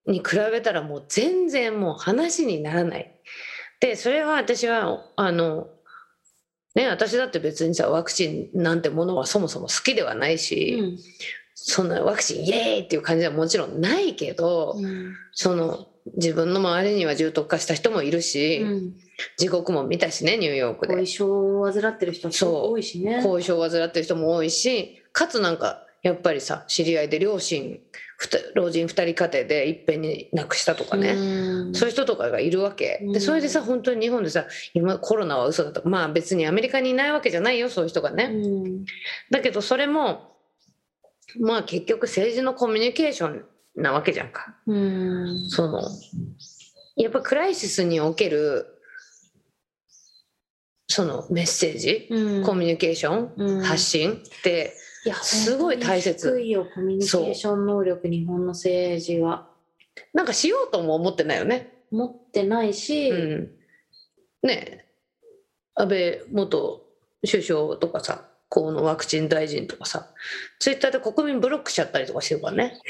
Speaker 8: に比べたらもう全然もう話にならない。でそれは私はあのね私だって別にさワクチンなんてものはそもそも好きではないし、
Speaker 9: うん
Speaker 8: そんなワクチンイエーイっていう感じはもちろんないけど、その自分の周りには重篤化した人もいるし、
Speaker 9: うん、
Speaker 8: 地獄も見たしねニューヨークで
Speaker 9: 後遺症を患ってる人って多いしね。
Speaker 8: 後遺症を患ってる人も多いしかつなんかやっぱりさ知り合いで両親ふた老人2人家庭でいっぺんに亡くしたとかね、
Speaker 9: うん
Speaker 8: そういう人とかがいるわけ、
Speaker 9: うん
Speaker 8: でそれでさ本当に日本でさ今コロナは嘘だとまあ別にアメリカにいないわけじゃないよそういう人がね、
Speaker 9: うん
Speaker 8: だけどそれもまあ結局政治のコミュニケーションなわけじゃんか
Speaker 9: うん
Speaker 8: そのやっぱクライシスにおけるそのメッセージ、
Speaker 9: うん
Speaker 8: コミュニケーション、
Speaker 9: うん
Speaker 8: 発信って
Speaker 9: いや
Speaker 8: すごい大切
Speaker 9: 本当に低いよコミュニケーション能力日本の政治は
Speaker 8: なんかしようとも思ってないよね。
Speaker 9: 持ってないし、
Speaker 8: うん、ねえ安倍元首相とかさ河野ワクチン大臣とかさツイッターで国民ブロックしちゃったりとかしてるからね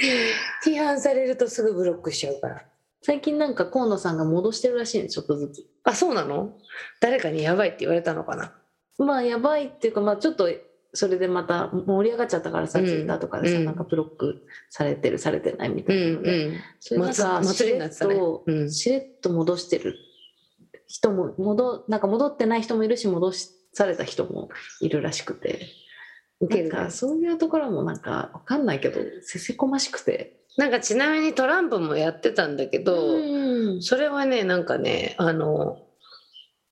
Speaker 8: 批判されるとすぐブロックしちゃうから
Speaker 9: 最近なんか河野さんが戻してるらしいねちょっとずつ
Speaker 8: あそうなの誰かにやばいって言われたのかな
Speaker 9: まあやばいっていうかまあちょっとそれでまた盛り上がっちゃったからさ、
Speaker 8: うん
Speaker 9: ツイッターとかでさ、
Speaker 8: うん
Speaker 9: なんかブロックされてるされてないみ
Speaker 8: う
Speaker 9: た
Speaker 8: ん
Speaker 9: いなので、それなんか
Speaker 8: 祭祭りになってたね
Speaker 9: しれっと
Speaker 8: うん
Speaker 9: しれっと戻してる人も戻なんか戻ってない人もいるし戻しされた人もいるらしくて
Speaker 8: 受けるね
Speaker 9: なんかそういうところもなんかわかんないけどせせこましくて
Speaker 8: なんかちなみにトランプもやってたんだけど、
Speaker 9: うん
Speaker 8: それはねなんかねあの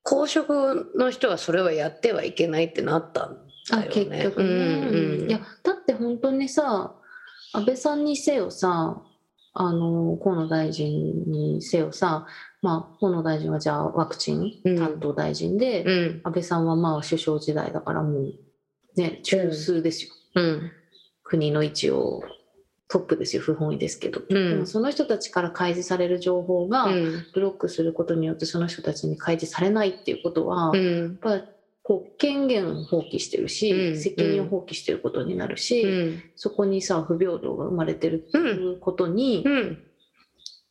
Speaker 8: 公職の人はそれはやってはいけないってなったんだ
Speaker 9: あ
Speaker 8: よね。
Speaker 9: 結局ね、
Speaker 8: うんうん、
Speaker 9: いやだって本当にさ安倍さんにせよさあの河野大臣にせよさ、まあ、河野大臣はじゃあワクチ
Speaker 8: う
Speaker 9: ン
Speaker 8: ん
Speaker 9: 担当大臣で、
Speaker 8: うん
Speaker 9: 安倍さんはまあ首相時代だからもうね中枢ですよ、
Speaker 8: うん
Speaker 9: 国の一応トップですよ不本意ですけど、
Speaker 8: う
Speaker 9: で
Speaker 8: ん
Speaker 9: もその人たちから開示される情報が
Speaker 8: うん
Speaker 9: ブロックすることによってその人たちに開示されないっていうことは、
Speaker 8: う
Speaker 9: やっ
Speaker 8: ん
Speaker 9: ぱりこう権限を放棄してるし、
Speaker 8: うん
Speaker 9: 責任を放棄してることになるし、
Speaker 8: うん
Speaker 9: そこにさ不平等が生まれてるっていうことに、
Speaker 8: うん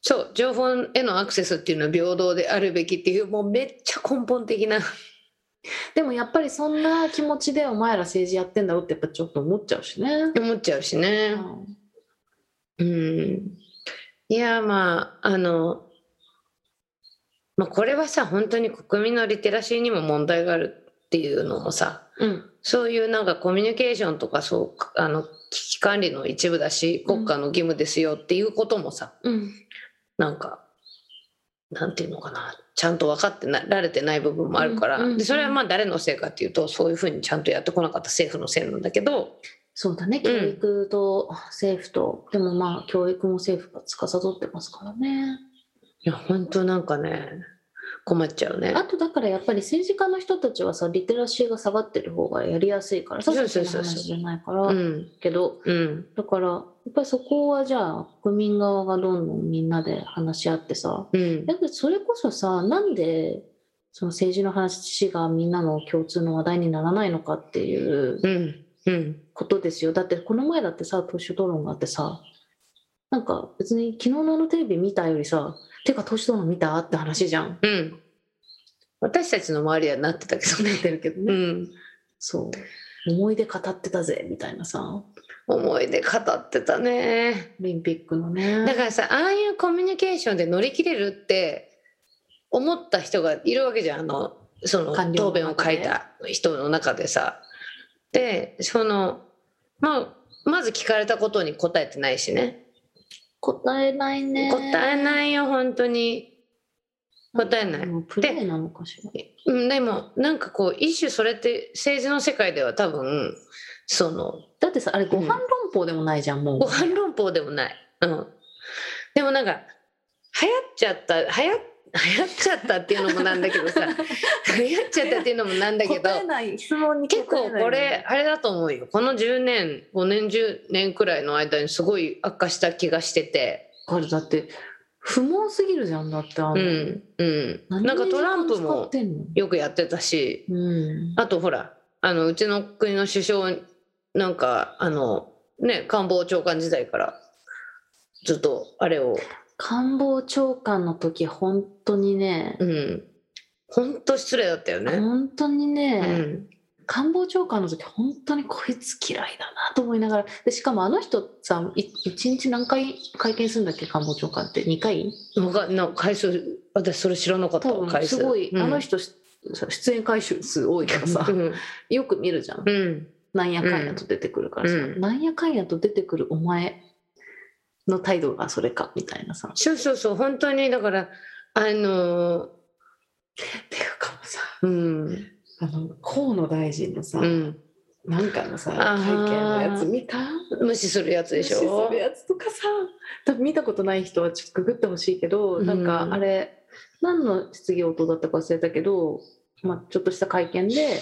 Speaker 8: そう情報へのアクセスっていうのは平等であるべきっていうもうめっちゃ根本的な (laughs)
Speaker 9: でもやっぱりそんな気持ちでお前ら政治やってんだろってやっぱちょっと思っちゃうしね。
Speaker 8: 思っちゃうしね。うんいやまああの、まあ、これはさ本当に国民のリテラシーにも問題があるっていうのもさ
Speaker 9: うん
Speaker 8: そういうなんかコミュニケーションとかそうあの危機管理の一部だし国家の義務ですよっていうこともさ、
Speaker 9: うん
Speaker 8: なんかなんていうのかなちゃんと分かってなられてない部分もあるから、
Speaker 9: うんうんうん
Speaker 8: でそれはまあ誰のせいかっていうとそういうふうにちゃんとやってこなかった政府のせいなんだけど
Speaker 9: そうだね教育と政府と、でもまあ教育も政府が司ってますからね
Speaker 8: いや本当なんかね困っちゃうね。
Speaker 9: あとだからやっぱり政治家の人たちはさリテラシーが下がってる方がやりやすいからさ
Speaker 8: そう
Speaker 9: さ
Speaker 8: そ
Speaker 9: っきの
Speaker 8: うそうそう
Speaker 9: 話じゃないから、
Speaker 8: うん
Speaker 9: けど
Speaker 8: うん
Speaker 9: だからやっぱりそこはじゃあ国民側がどんどんみんなで話し合ってさ
Speaker 8: うん
Speaker 9: だってそれこそさなんでその政治の話がみんなの共通の話題にならないのかっていう
Speaker 8: うんうん
Speaker 9: ことですよだってこの前だってさ党首討論があってさなんか別に昨日のあのテレビ見たよりさてか党首討論見たって話じゃん
Speaker 8: うん私たちの周りはなってたけ
Speaker 9: (laughs)
Speaker 8: ど
Speaker 9: なっ
Speaker 8: ね、
Speaker 9: てるけど
Speaker 8: う
Speaker 9: ね、
Speaker 8: ん、
Speaker 9: そう思い出語ってたぜみたいなさ
Speaker 8: 思い出語ってたね
Speaker 9: オリンピックのね
Speaker 8: だからさああいうコミュニケーションで乗り切れるって思った人がいるわけじゃんあのその
Speaker 9: 官僚の中
Speaker 8: 答
Speaker 9: で
Speaker 8: 弁を書いた人の中でさでそのまあまず聞かれたことに答えてないしね
Speaker 9: 答えないね
Speaker 8: 答えないよ本当に答えない
Speaker 9: もうプレイなのかしら
Speaker 8: うんでもなんかこう一種それって政治の世界では多分その
Speaker 9: だってさあれご飯論法でもないじゃん、もう
Speaker 8: ご飯論法でもない、うん、でもなんか流行っちゃった流行流行っちゃったっていうのもなんだけど
Speaker 9: (laughs)
Speaker 8: さ流行っちゃったっていうのもなんだけど
Speaker 9: 答えない質問に答え
Speaker 8: 結構
Speaker 9: ない
Speaker 8: これあれだと思うよこの10年5年10年くらいの間にすごい悪化した気がしてて
Speaker 9: あれだって不毛すぎるじゃんだってあの、
Speaker 8: うんうん
Speaker 9: 何
Speaker 8: なんかトランプ
Speaker 9: に時間使っ
Speaker 8: も
Speaker 9: てんの
Speaker 8: よくやってたし
Speaker 9: うん
Speaker 8: あとほらあのうちの国の首相なんかあのね官房長官時代からずっとあれを
Speaker 9: 官房長官の時本当にね
Speaker 8: う、ん本当失礼だったよね。
Speaker 9: 本当に
Speaker 8: う
Speaker 9: ね、
Speaker 8: ん
Speaker 9: 官房長官の時本当にこいつ嫌いだなと思いながらでしかもあの人さい一日何回会見するんだっけ官房長官って2回
Speaker 8: もがの回数私それ知らなかった
Speaker 9: 多分
Speaker 8: 回数
Speaker 9: すごい、
Speaker 8: うん
Speaker 9: あの人し出演回数数多いからさ、
Speaker 8: うん
Speaker 9: よく見るじゃん
Speaker 8: うん
Speaker 9: なんやかんやと出てくるからさ、
Speaker 8: うん
Speaker 9: なんやかんやと出てくるお前の態度がそれかみたいなさ。っ
Speaker 8: そうそうそう本当にだからあの
Speaker 9: ていうかさ
Speaker 8: うん
Speaker 9: あの河野大臣のさ、
Speaker 8: うん
Speaker 9: なんかのさ
Speaker 8: あ
Speaker 9: 会
Speaker 8: ー
Speaker 9: 見のやつ見た
Speaker 8: 無視するやつでし
Speaker 9: 無視
Speaker 8: ょ
Speaker 9: するやつとかさ多分見たことない人はちょっとググってほしいけど、
Speaker 8: うん
Speaker 9: なんかあれ何の質疑応答だったか忘れたけど、まあ、ちょっとした会見で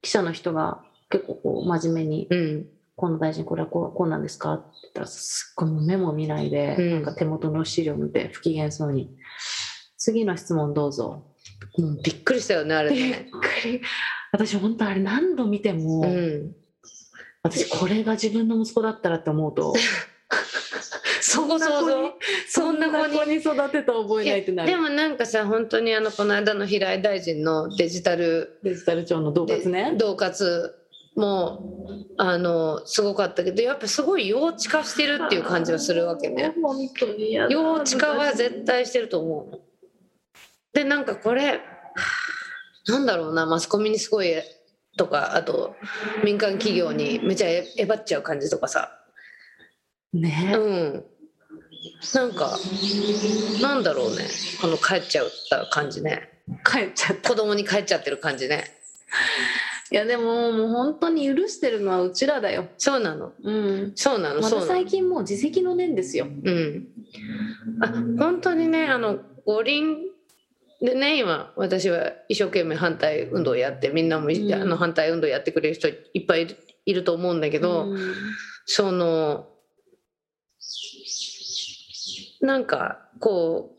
Speaker 9: 記者の人が結構こう真面目に
Speaker 8: うん
Speaker 9: 河野大臣これはこうこうなんですかって言ったらすっごいもう目も見ないで、
Speaker 8: うん
Speaker 9: なんか手元の資料見て不機嫌そうに「次の質問どうぞ」
Speaker 8: うんびっくりしたよねあれ
Speaker 9: びっ
Speaker 8: ね
Speaker 9: くり私本当あれ何度見ても、
Speaker 8: うん
Speaker 9: 私これが自分の息子だったらって思うと
Speaker 8: そこ想像
Speaker 9: そんな子にそんな子に育てた覚えないってない
Speaker 8: や
Speaker 9: る
Speaker 8: でもなんかさ本当にあのこの間の平井大臣のデジタル
Speaker 9: デジタル庁の動
Speaker 8: で
Speaker 9: 物ね
Speaker 8: 恫喝もあのすごかったけどやっぱすごい幼稚化してるっていう感じがするわけね
Speaker 9: 本当に嫌だ
Speaker 8: 幼稚化は絶対してると思うのでなんかこれなんだろうなマスコミにすごいとかあと民間企業にめちゃええばっちゃう感じとかさ
Speaker 9: ね、
Speaker 8: うんなんかなんだろうねこの帰っちゃった感じね
Speaker 9: 帰っちゃった
Speaker 8: 子供に帰っちゃってる感じね
Speaker 9: いやでももう本当に許してるのはうちらだよ
Speaker 8: そうなの
Speaker 9: うん
Speaker 8: そうなの
Speaker 9: ま
Speaker 8: そ
Speaker 9: た
Speaker 8: うなの
Speaker 9: 最近もう自責の念ですよ
Speaker 8: うんあ本当にねあの五輪でね今私は一生懸命反対運動やってみんなもい、
Speaker 9: うん
Speaker 8: あの反対運動やってくれる人いっぱいいるいると思うんだけど、
Speaker 9: うん
Speaker 8: そのなんかこ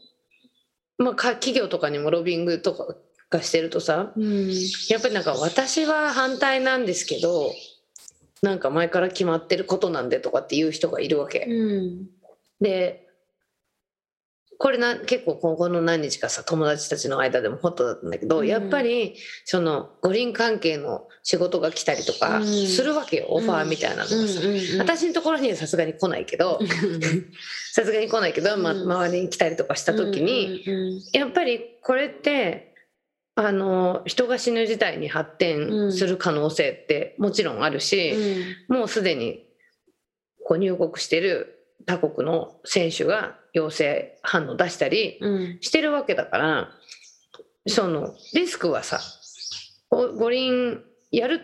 Speaker 8: う、まあ、か企業とかにもロビングとかがしてるとさ
Speaker 9: うん
Speaker 8: やっぱりなんか私は反対なんですけどなんか前から決まってることなんでとかっていう人がいるわけ。
Speaker 9: うん
Speaker 8: でこれな結構今後の何日かさ友達たちの間でもホットだったんだけど、
Speaker 9: うん
Speaker 8: やっぱりその五輪関係の仕事が来たりとか
Speaker 9: うん
Speaker 8: するわけよ、オファーみたいなのがさ、私のところにはさすがに来ないけどさすがに来ないけど、ま、
Speaker 9: うん
Speaker 8: 周りに来たりとかした時に、
Speaker 9: に
Speaker 8: やっぱりこれってあの人が死ぬ事態に発展する可能性ってもちろんあるし。もうすでにこう入国してる他国の選手が陽性反応出したりしてるわけだからそのリスクはさお五輪やる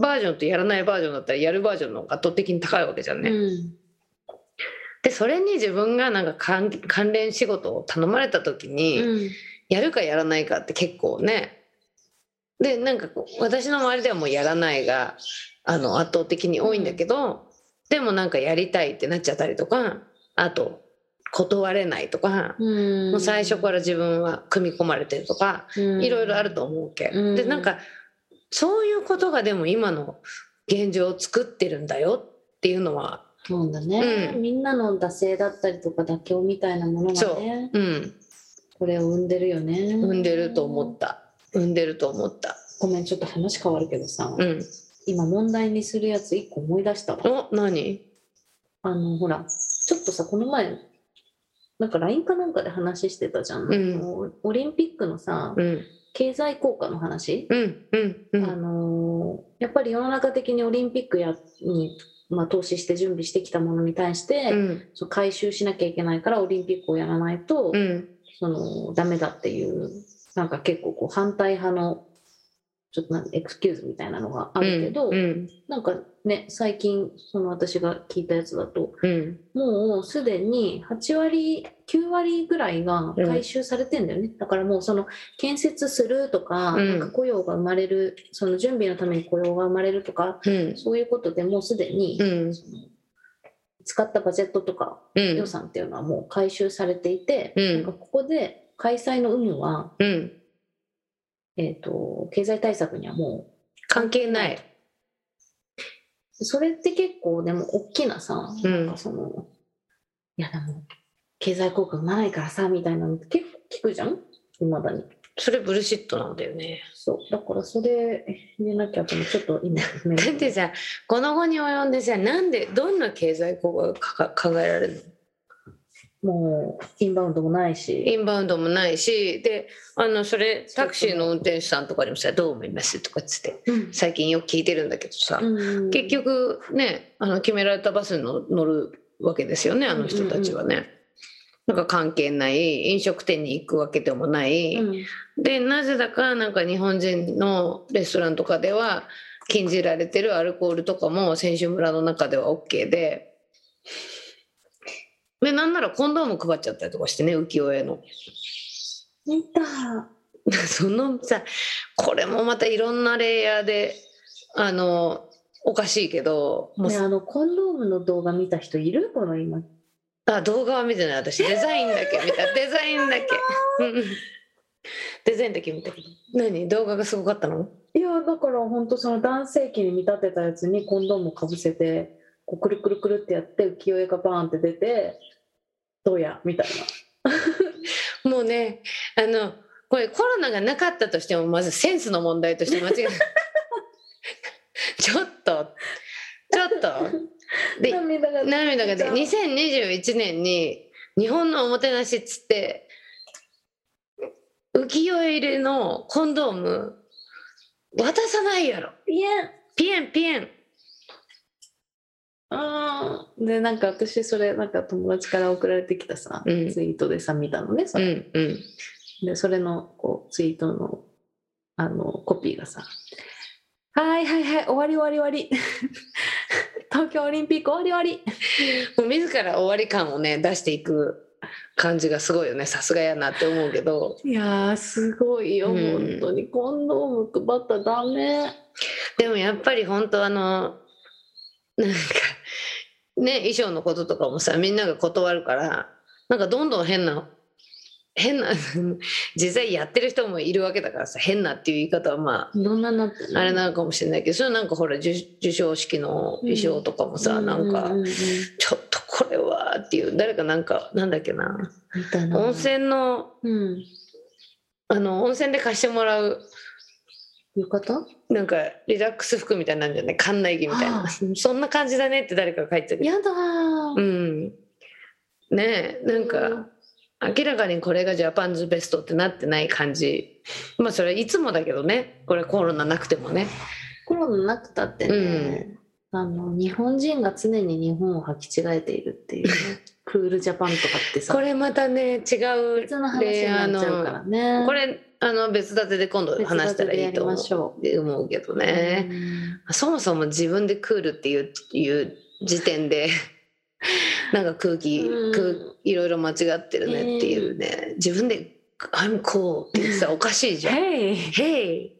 Speaker 8: バージョンとやらないバージョンだったらやるバージョンの方が圧倒的に高いわけじゃんね。でそれに自分がなんか関関連仕事を頼まれた時に、やるかやらないかって結構ねでなんかこう私の周りではもうやらないがあの圧倒的に多いんだけど、でもなんかやりたいってなっちゃったりとかあと断れないとか、もう最初から自分は組み込まれてるとか、いろいろあると思うけ、
Speaker 9: うん
Speaker 8: でなんかそういうことがでも今の現状を作ってるんだよっていうのは
Speaker 9: そうだね、
Speaker 8: うん
Speaker 9: みんなの惰性だったりとか妥協みたいなものがね
Speaker 8: うん
Speaker 9: これを生んでるよね
Speaker 8: 生んでると思った生んでると思った
Speaker 9: ごめんちょっと話変わるけどさ、
Speaker 8: うん
Speaker 9: 今問題にするやつ一個思い出したわ
Speaker 8: お何
Speaker 9: あのほらちょっとさこの前なんか LINE かなんかで話してたじゃん、
Speaker 8: うん
Speaker 9: あのオリンピックのさ、
Speaker 8: うん
Speaker 9: 経済効果の話、
Speaker 8: うんうんう
Speaker 9: あ
Speaker 8: ん
Speaker 9: のーやっぱり世の中的にオリンピックやに、まあ、投資して準備してきたものに対して、
Speaker 8: うん
Speaker 9: その回収しなきゃいけないからオリンピックをやらないと、
Speaker 8: うん
Speaker 9: そのダメだっていうなんか結構こう反対派のちょっとなんエクスキューズみたいなのがあるけど、
Speaker 8: うん
Speaker 9: なんかね最近その私が聞いたやつだと
Speaker 8: うん
Speaker 9: もうすでに8割9割ぐらいが回収されてんだよね、だからもうその建設するとか,、
Speaker 8: うん
Speaker 9: なんか雇用が生まれるその準備のために雇用が生まれるとか
Speaker 8: うん
Speaker 9: そういうことでもうすでに、
Speaker 8: うん
Speaker 9: その使ったバジェットとか
Speaker 8: うん
Speaker 9: 予算っていうのはもう回収されていて、
Speaker 8: うん
Speaker 9: なんかここで開催の有無は、
Speaker 8: うん
Speaker 9: えー、と経済対策にはも
Speaker 8: 関係ない
Speaker 9: いうそれって結構でも大きなさ、
Speaker 8: う
Speaker 9: なん
Speaker 8: ん
Speaker 9: かそのいやでも経済効果生まないからさみたいなのって結構聞くじゃんいまだに
Speaker 8: それブルシットなんだよね。
Speaker 9: そう。だからそれ入れなきゃと思うちょっと
Speaker 8: (laughs)
Speaker 9: 今、メモ
Speaker 8: だってさこの後に及んでさなんでどんな経済効果がかか考えられるの
Speaker 9: もうインバウンドもない
Speaker 8: イ
Speaker 9: し、
Speaker 8: ンバウンドもないしであのそれタクシーの運転手さんとかにもさ「どう思います?」とかっつって
Speaker 9: うん
Speaker 8: 最近よく聞いてるんだけどさ、
Speaker 9: うん
Speaker 8: 結局ねあの決められたバスに乗乗るわけですよねあの人たちはね。なんか関係ない飲食店に行くわけでもない、
Speaker 9: うん
Speaker 8: でなぜだかなんか日本人のレストランとかでは禁じられてるアルコールとかも選手村の中では OK ででなんならコンドーム配っちゃったりとかしてね浮世絵の (laughs)
Speaker 9: 見た。
Speaker 8: そのさこれもまたいろんなレイヤーであのおかしいけどもう
Speaker 9: ね、あのコンドームの動画見た人いるこの今。
Speaker 8: あ動画は見てない私デザインだけ見たデザインだけうんデザインだけ見たけど何動画がすごかったの
Speaker 9: いやだから本当その男性器に見立てたやつにコンドームをかぶせてこうくるくるくるってやって浮世絵がバーンって出てどうやみたい
Speaker 8: もうね、あの、これコロナがなかったとしても、まずセンスの問題として間違いない。ちょっと、ちょっと。
Speaker 9: な
Speaker 8: で、
Speaker 9: 涙が
Speaker 8: 涙がで、2021年に日本のおもてなしっつって、浮世絵入れのコンドーム渡さないやろ。
Speaker 9: いや
Speaker 8: ピエンピエン。
Speaker 9: うんでなんか私それなんか友達から送られてきたさ、
Speaker 8: うん
Speaker 9: ツイートでさ見たのねそれ、
Speaker 8: んうん。
Speaker 9: でそれのこうツイートのあのコピーがさ「はいはいはい終わり終わり終わり (laughs) 東京オリンピック終わり終わり
Speaker 8: もう自ら終わり感をね、出していく感じがすごいよね。さすがやなって思うけど。」
Speaker 9: いやーすごいよ、
Speaker 8: うん
Speaker 9: 本当にコンドーム配ったらダメ
Speaker 8: でもやっぱり本当あのなんかね衣装のこととかもさみんなが断るからなんかどんどん変な変な (laughs) 実際やってる人もいるわけだからさ変なっていう言い方はま
Speaker 9: どんなになってん
Speaker 8: あ
Speaker 9: の
Speaker 8: あれなのかもしれないけどそれなんかほら授授賞式の衣装とかもさ、なんか、
Speaker 9: ううう
Speaker 8: ちょっとこれはっていう誰かなんかなんだっけな、
Speaker 9: みたいな
Speaker 8: 温泉の
Speaker 9: うん
Speaker 8: あの温浴衣貸してもらう
Speaker 9: 浴衣
Speaker 8: なんかリラックス服みたいなんじゃない館内着みたい
Speaker 9: あ
Speaker 8: な
Speaker 9: あ
Speaker 8: そんな感じだねって誰かが書いてたけど
Speaker 9: やだー
Speaker 8: うん、ねえなん
Speaker 9: うん
Speaker 8: か明らかにこれがジャパンズベストってなってない感じまあそれいつもだけどねこれコロナなくてもね
Speaker 9: コロナなくたってね、あの日本人が常に日本を履き違えているっていう (laughs) ねクールジャパンとかってさ
Speaker 8: これまたね違う
Speaker 9: 別の話になっちゃうからね
Speaker 8: これあの別立てで今度話したらいいと
Speaker 9: 別立て
Speaker 8: 思う思うけどね、
Speaker 9: うん
Speaker 8: そもそも自分でクールっていういう時
Speaker 9: (laughs)
Speaker 8: 点でなんか空気、
Speaker 9: うん
Speaker 8: 空いろいろ間違ってるねっていうね、自分で「I'm cool」って言ってたらおかしいじゃん
Speaker 9: Hey,
Speaker 8: Hey!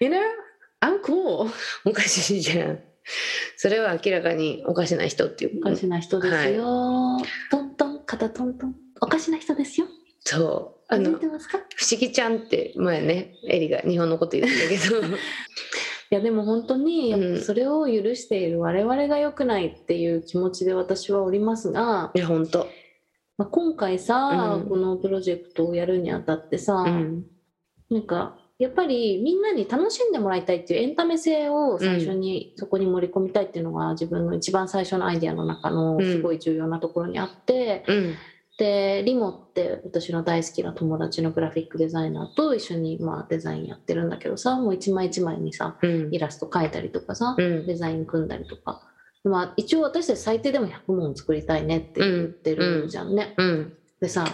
Speaker 9: you know, I'm cool.
Speaker 8: おかしいじゃん。それは明らかにおかしな人っていう
Speaker 9: お
Speaker 8: か
Speaker 9: か、しな人ですよ。トントン、肩トントン。おかしな人ですよ。
Speaker 8: そうあ
Speaker 9: 気づ
Speaker 8: の
Speaker 9: いてますかい
Speaker 8: 不思議ちゃんって前ねエリが日本のこと言ってたけど
Speaker 9: (laughs) や、でも本当に、やっぱ
Speaker 8: うん
Speaker 9: それを許している我々が良くないっていう気持ちで私はおりますが、
Speaker 8: いや本当
Speaker 9: まあ、今回さ、
Speaker 8: うん
Speaker 9: このプロジェクトをやるにあたってさ、
Speaker 8: うん
Speaker 9: なんかやっぱりみんなに楽しんでもらいたいっていうエンタメ性を最初にそこに盛り込みたいっていうのが自分の一番最初のアイデアの中のすごい重要なところにあって、
Speaker 8: うん
Speaker 9: でリモって私の大好きな友達のグラフィックデザイナーと一緒にまあデザインやってるんだけどさもう一枚一枚にさ
Speaker 8: うん
Speaker 9: イラスト描いたりとかさ
Speaker 8: うん
Speaker 9: デザイン組んだりとか、まあ、一応私たち最低でも100問作りたいねって言ってるじゃんね。
Speaker 8: うん
Speaker 9: でさ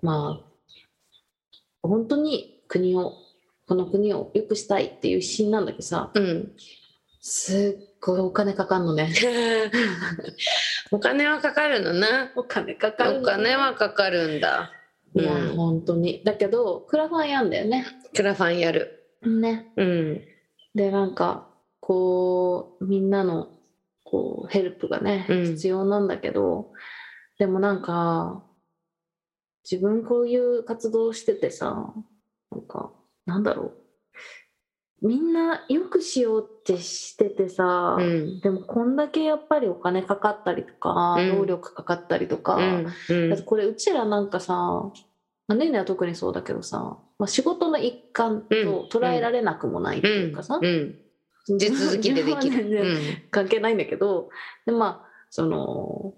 Speaker 9: まあ本当に国をこの国を良くしたいっていう一心なんだけどさ
Speaker 8: うん
Speaker 9: すっごいお金かかんのね
Speaker 8: (laughs) お金はかかるのな
Speaker 9: お金かかる
Speaker 8: お金はかかるんだ
Speaker 9: いや、
Speaker 8: うん
Speaker 9: 本当にだけどクラファンやんだよね
Speaker 8: クラファンやる
Speaker 9: ね
Speaker 8: うん
Speaker 9: でなんかこうみんなのこうヘルプがね
Speaker 8: うん
Speaker 9: 必要なんだけど、でもなんか自分こういう活動しててさなんかなんだろうみんなよくしようってしててさ、
Speaker 8: うん
Speaker 9: でもこんだけやっぱりお金かかったりとか、
Speaker 8: うん
Speaker 9: 労力かかったりとか、
Speaker 8: うんう
Speaker 9: だっ
Speaker 8: ん
Speaker 9: てこれうちらなんかさまあねえねは特にそうだけどさまあ、仕事の一環と捉えられなくもないっていうかさ、
Speaker 8: うん。地続きでで
Speaker 9: (laughs)
Speaker 8: き
Speaker 9: 日本は全
Speaker 8: る。
Speaker 9: 然
Speaker 8: うん
Speaker 9: 関係ないんだけどでまあその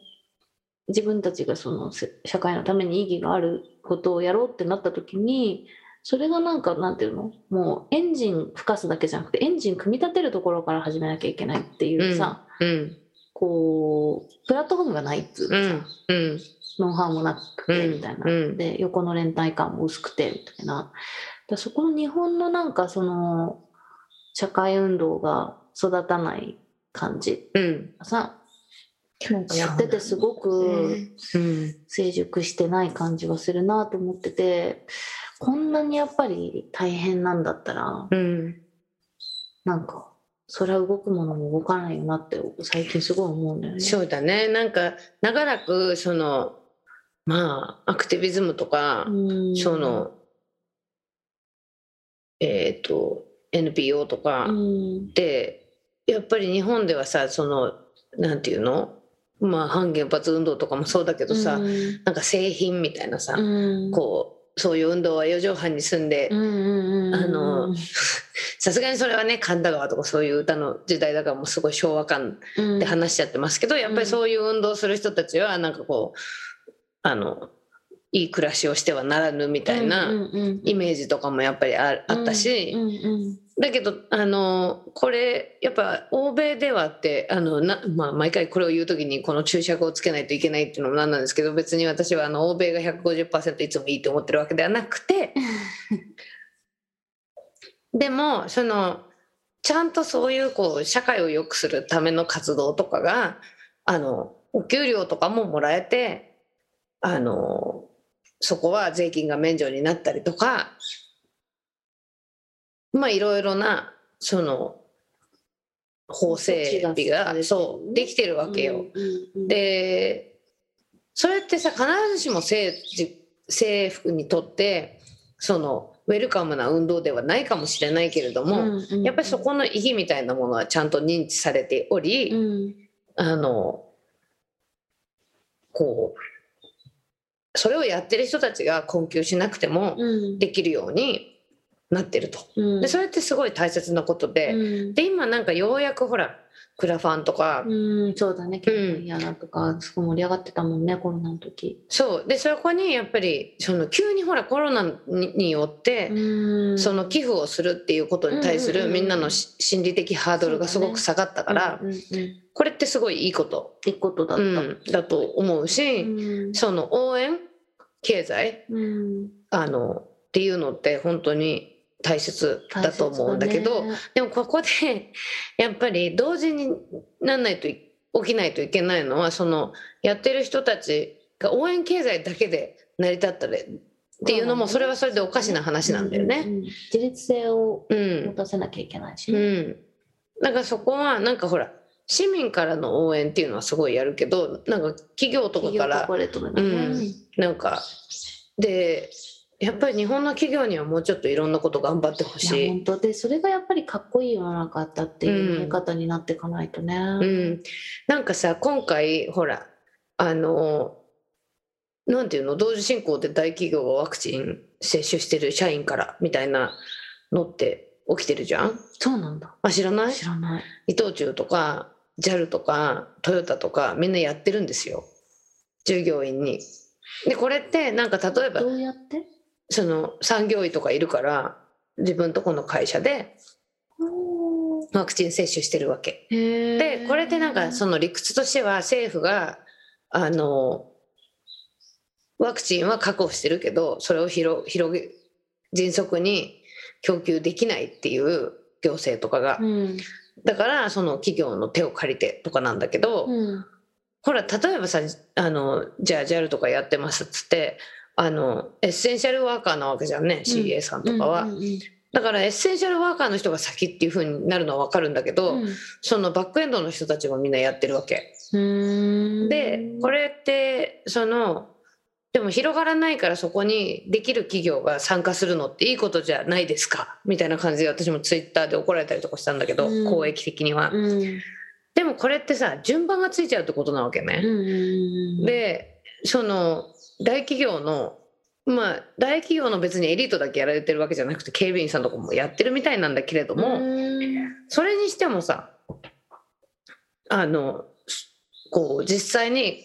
Speaker 9: 自分たちがそのせ社会のために意義があることをやろうってなった時にそれがなんかなんていうのもうエンジン吹かすだけじゃなくてエンジン組み立てるところから始めなきゃいけないっていうさ、
Speaker 8: うん。
Speaker 9: こうプラットフォームがないっていうかさ、
Speaker 8: うん。
Speaker 9: ノウハウもなくて
Speaker 8: うん
Speaker 9: みたいな、
Speaker 8: うん
Speaker 9: で横の連帯感も薄くてみたいなだからそこの日本のなんかその社会運動が育たない感じ
Speaker 8: うん。
Speaker 9: がさなんかやっててすごく
Speaker 8: うん。
Speaker 9: 成熟してない感じがするなと思っててこんなにやっぱり大変なんだったら
Speaker 8: うん。
Speaker 9: なんかそれは動くものも動かないよなって最近すごい思うんだよね。
Speaker 8: そうだね。なんか、長らく、その、まあ、アクティビズムとか、
Speaker 9: うん
Speaker 8: その、えっ、と、NPO とか、
Speaker 9: うん
Speaker 8: でやっぱり日本ではさそのなんていうのまあ反原発運動とかもそうだけどさ、
Speaker 9: うん
Speaker 8: なんか製品みたいなさ、
Speaker 9: うん
Speaker 8: こうそういう運動は四畳半に住んで
Speaker 9: うんうんうん
Speaker 8: あのさすがにそれはね神田川とかそういう歌の時代だからもうすごい昭和感
Speaker 9: うん
Speaker 8: で話しちゃってますけど、やっぱりそういう運動する人たちはなんかこうあのいい暮らしをしてはならぬみたい
Speaker 9: うん
Speaker 8: な
Speaker 9: うんうん
Speaker 8: イメージとかもやっぱりああったし。
Speaker 9: うんうん
Speaker 8: だけどあのこれやっぱ欧米ではってあのな、まあ、毎回これを言う時にこの注釈をつけないといけないっていうのもなんなんですけど別に私はあの欧米が150%いつもいいと思ってるわけではなくてでもそのちゃんとそういうこう社会を良くするための活動とかがあのお給料とかももらえてあのそこは税金が免除になったりとかまあいろいろなその法整備がそうできてるわけよ。
Speaker 9: うんうんうん
Speaker 8: でそれってさ必ずしも政治政府にとってそのウェルカムな運動ではないかもしれないけれども、
Speaker 9: うんうん
Speaker 8: やっぱりそこの意義みたいなものはちゃんと認知されており、
Speaker 9: うん
Speaker 8: あのこうそれをやってる人たちが困窮しなくても
Speaker 9: うん
Speaker 8: できるようになってると。
Speaker 9: うん
Speaker 8: でそれってすごい大切なことで、
Speaker 9: うん
Speaker 8: で今なんかようやくほらクラファンとか、
Speaker 9: うんそうだね結構嫌なとかすごい盛り上がってたもんねコロナの時
Speaker 8: そうでそこにやっぱりその急にほらコロナにによって、
Speaker 9: うん
Speaker 8: その寄付をするっていうことに対す
Speaker 9: うん
Speaker 8: る
Speaker 9: うんうん
Speaker 8: み
Speaker 9: うん
Speaker 8: んなのし心理的ハードルがすごく下がったから、
Speaker 9: うんうんうん
Speaker 8: これってすごいいいこと、
Speaker 9: ってことだっ
Speaker 8: う
Speaker 9: た
Speaker 8: ん、だと思う
Speaker 9: う
Speaker 8: し、
Speaker 9: ん
Speaker 8: その応援経済
Speaker 9: うん
Speaker 8: あのっていうのって本当に大切だと思うんだけど
Speaker 9: 大切
Speaker 8: でもここで (laughs) やっぱり同時になんないとい起きないといけないのはそのやってる人たちが応援経済だけで成り立ったりっていうのも
Speaker 9: そ
Speaker 8: そうれ
Speaker 9: なんだね
Speaker 8: はそれでおかしな話
Speaker 9: だね
Speaker 8: なんだよ
Speaker 9: う
Speaker 8: ね。
Speaker 9: んうん自立性を
Speaker 8: う
Speaker 9: 持
Speaker 8: ん、
Speaker 9: たせなきゃいけないし
Speaker 8: う
Speaker 9: ね
Speaker 8: ん、なんかそこはなんかほら市民からの応援っていうのはすごいやるけどなんか企業とか
Speaker 9: 企
Speaker 8: か
Speaker 9: 業コー
Speaker 8: ら
Speaker 9: ポレートのね
Speaker 8: うんなんかでやっぱり日本の企業にはもうちょっといろんなこと頑張ってほ
Speaker 9: い
Speaker 8: し
Speaker 9: や
Speaker 8: い。
Speaker 9: 本当でそれがやっぱりかっこいい世の中だっていう見え方になっていかないとね。う
Speaker 8: うん、なんかさ今回ほらあのなんていうの同時進行で大企業がワクチン接種してる社員からみたいなのって起きてるじゃん
Speaker 9: そうなんだ。
Speaker 8: あ知らない
Speaker 9: 知らない。
Speaker 8: 伊藤忠とか JAL とかトヨタとかみんなやってるんですよ従業員に。でこれってなんか例えば
Speaker 9: どうやって？
Speaker 8: その産業医とかいるから自分とこの会社でワクチン接種してるわけ。でこれってなんかその理屈としては政府があのワクチンは確保してるけどそれを広広げ迅速に供給できないっていう行政とかが、
Speaker 9: うん
Speaker 8: だからその企業の手を借りてとかなんだけど、
Speaker 9: うん
Speaker 8: ほら例えばさあのじゃあ JAL とかやってますっつってあのエッセンシャルワーカーなわけじゃんね、CA さんとかは、
Speaker 9: うんうん
Speaker 8: だからエッセンシャルワーカーの人が先っていう風になるのは分かるんだけど、
Speaker 9: うん
Speaker 8: そのバックエンドの人たちもみんなやってるわけ。
Speaker 9: うん
Speaker 8: でこれってそのでも広がらないからそこにできる企業が参加するのっていいことじゃないですかみたいな感じで私もツイッターで怒られたりとかしたんだけど、
Speaker 9: うん
Speaker 8: 公益的には、
Speaker 9: うんうん
Speaker 8: でもこれってさ順番がついちゃうってことなわけね。
Speaker 9: うんうん
Speaker 8: でその大企業のまあ、大企業の別にエリートだけやられてるわけじゃなくて警備員さんとかもやってるみたいなんだけれども、それにしてもさあのしこう実際に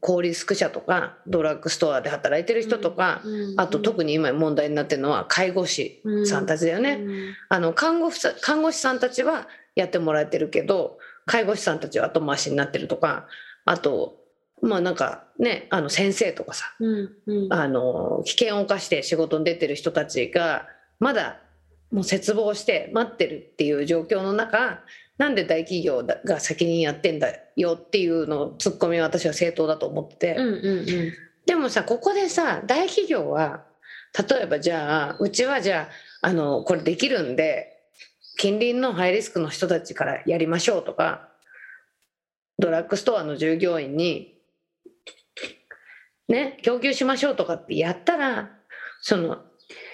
Speaker 8: 小売宿舎とかドラッグストアで働いてる人とか、あと特に今問題になってるのは介護士さんたちだよね、あの看護婦さ看護師さんたちはやってもらえてるけど介護士さんたちは後回しになってるとかあとまあなんかねあの先生とかさあの危険を冒して仕事に出てる人たちがまだもう絶望して待ってるっていう状況の中なんで大企業だが責任やってんだよっていうのをツッコミは私は正当だと思ってて、でもさここでさ大企業は例えばじゃあうちはじゃああのこれできるんで近隣のハイリスクの人たちからやりましょうとかドラッグストアの従業員にね供給しましょうとかってやったらその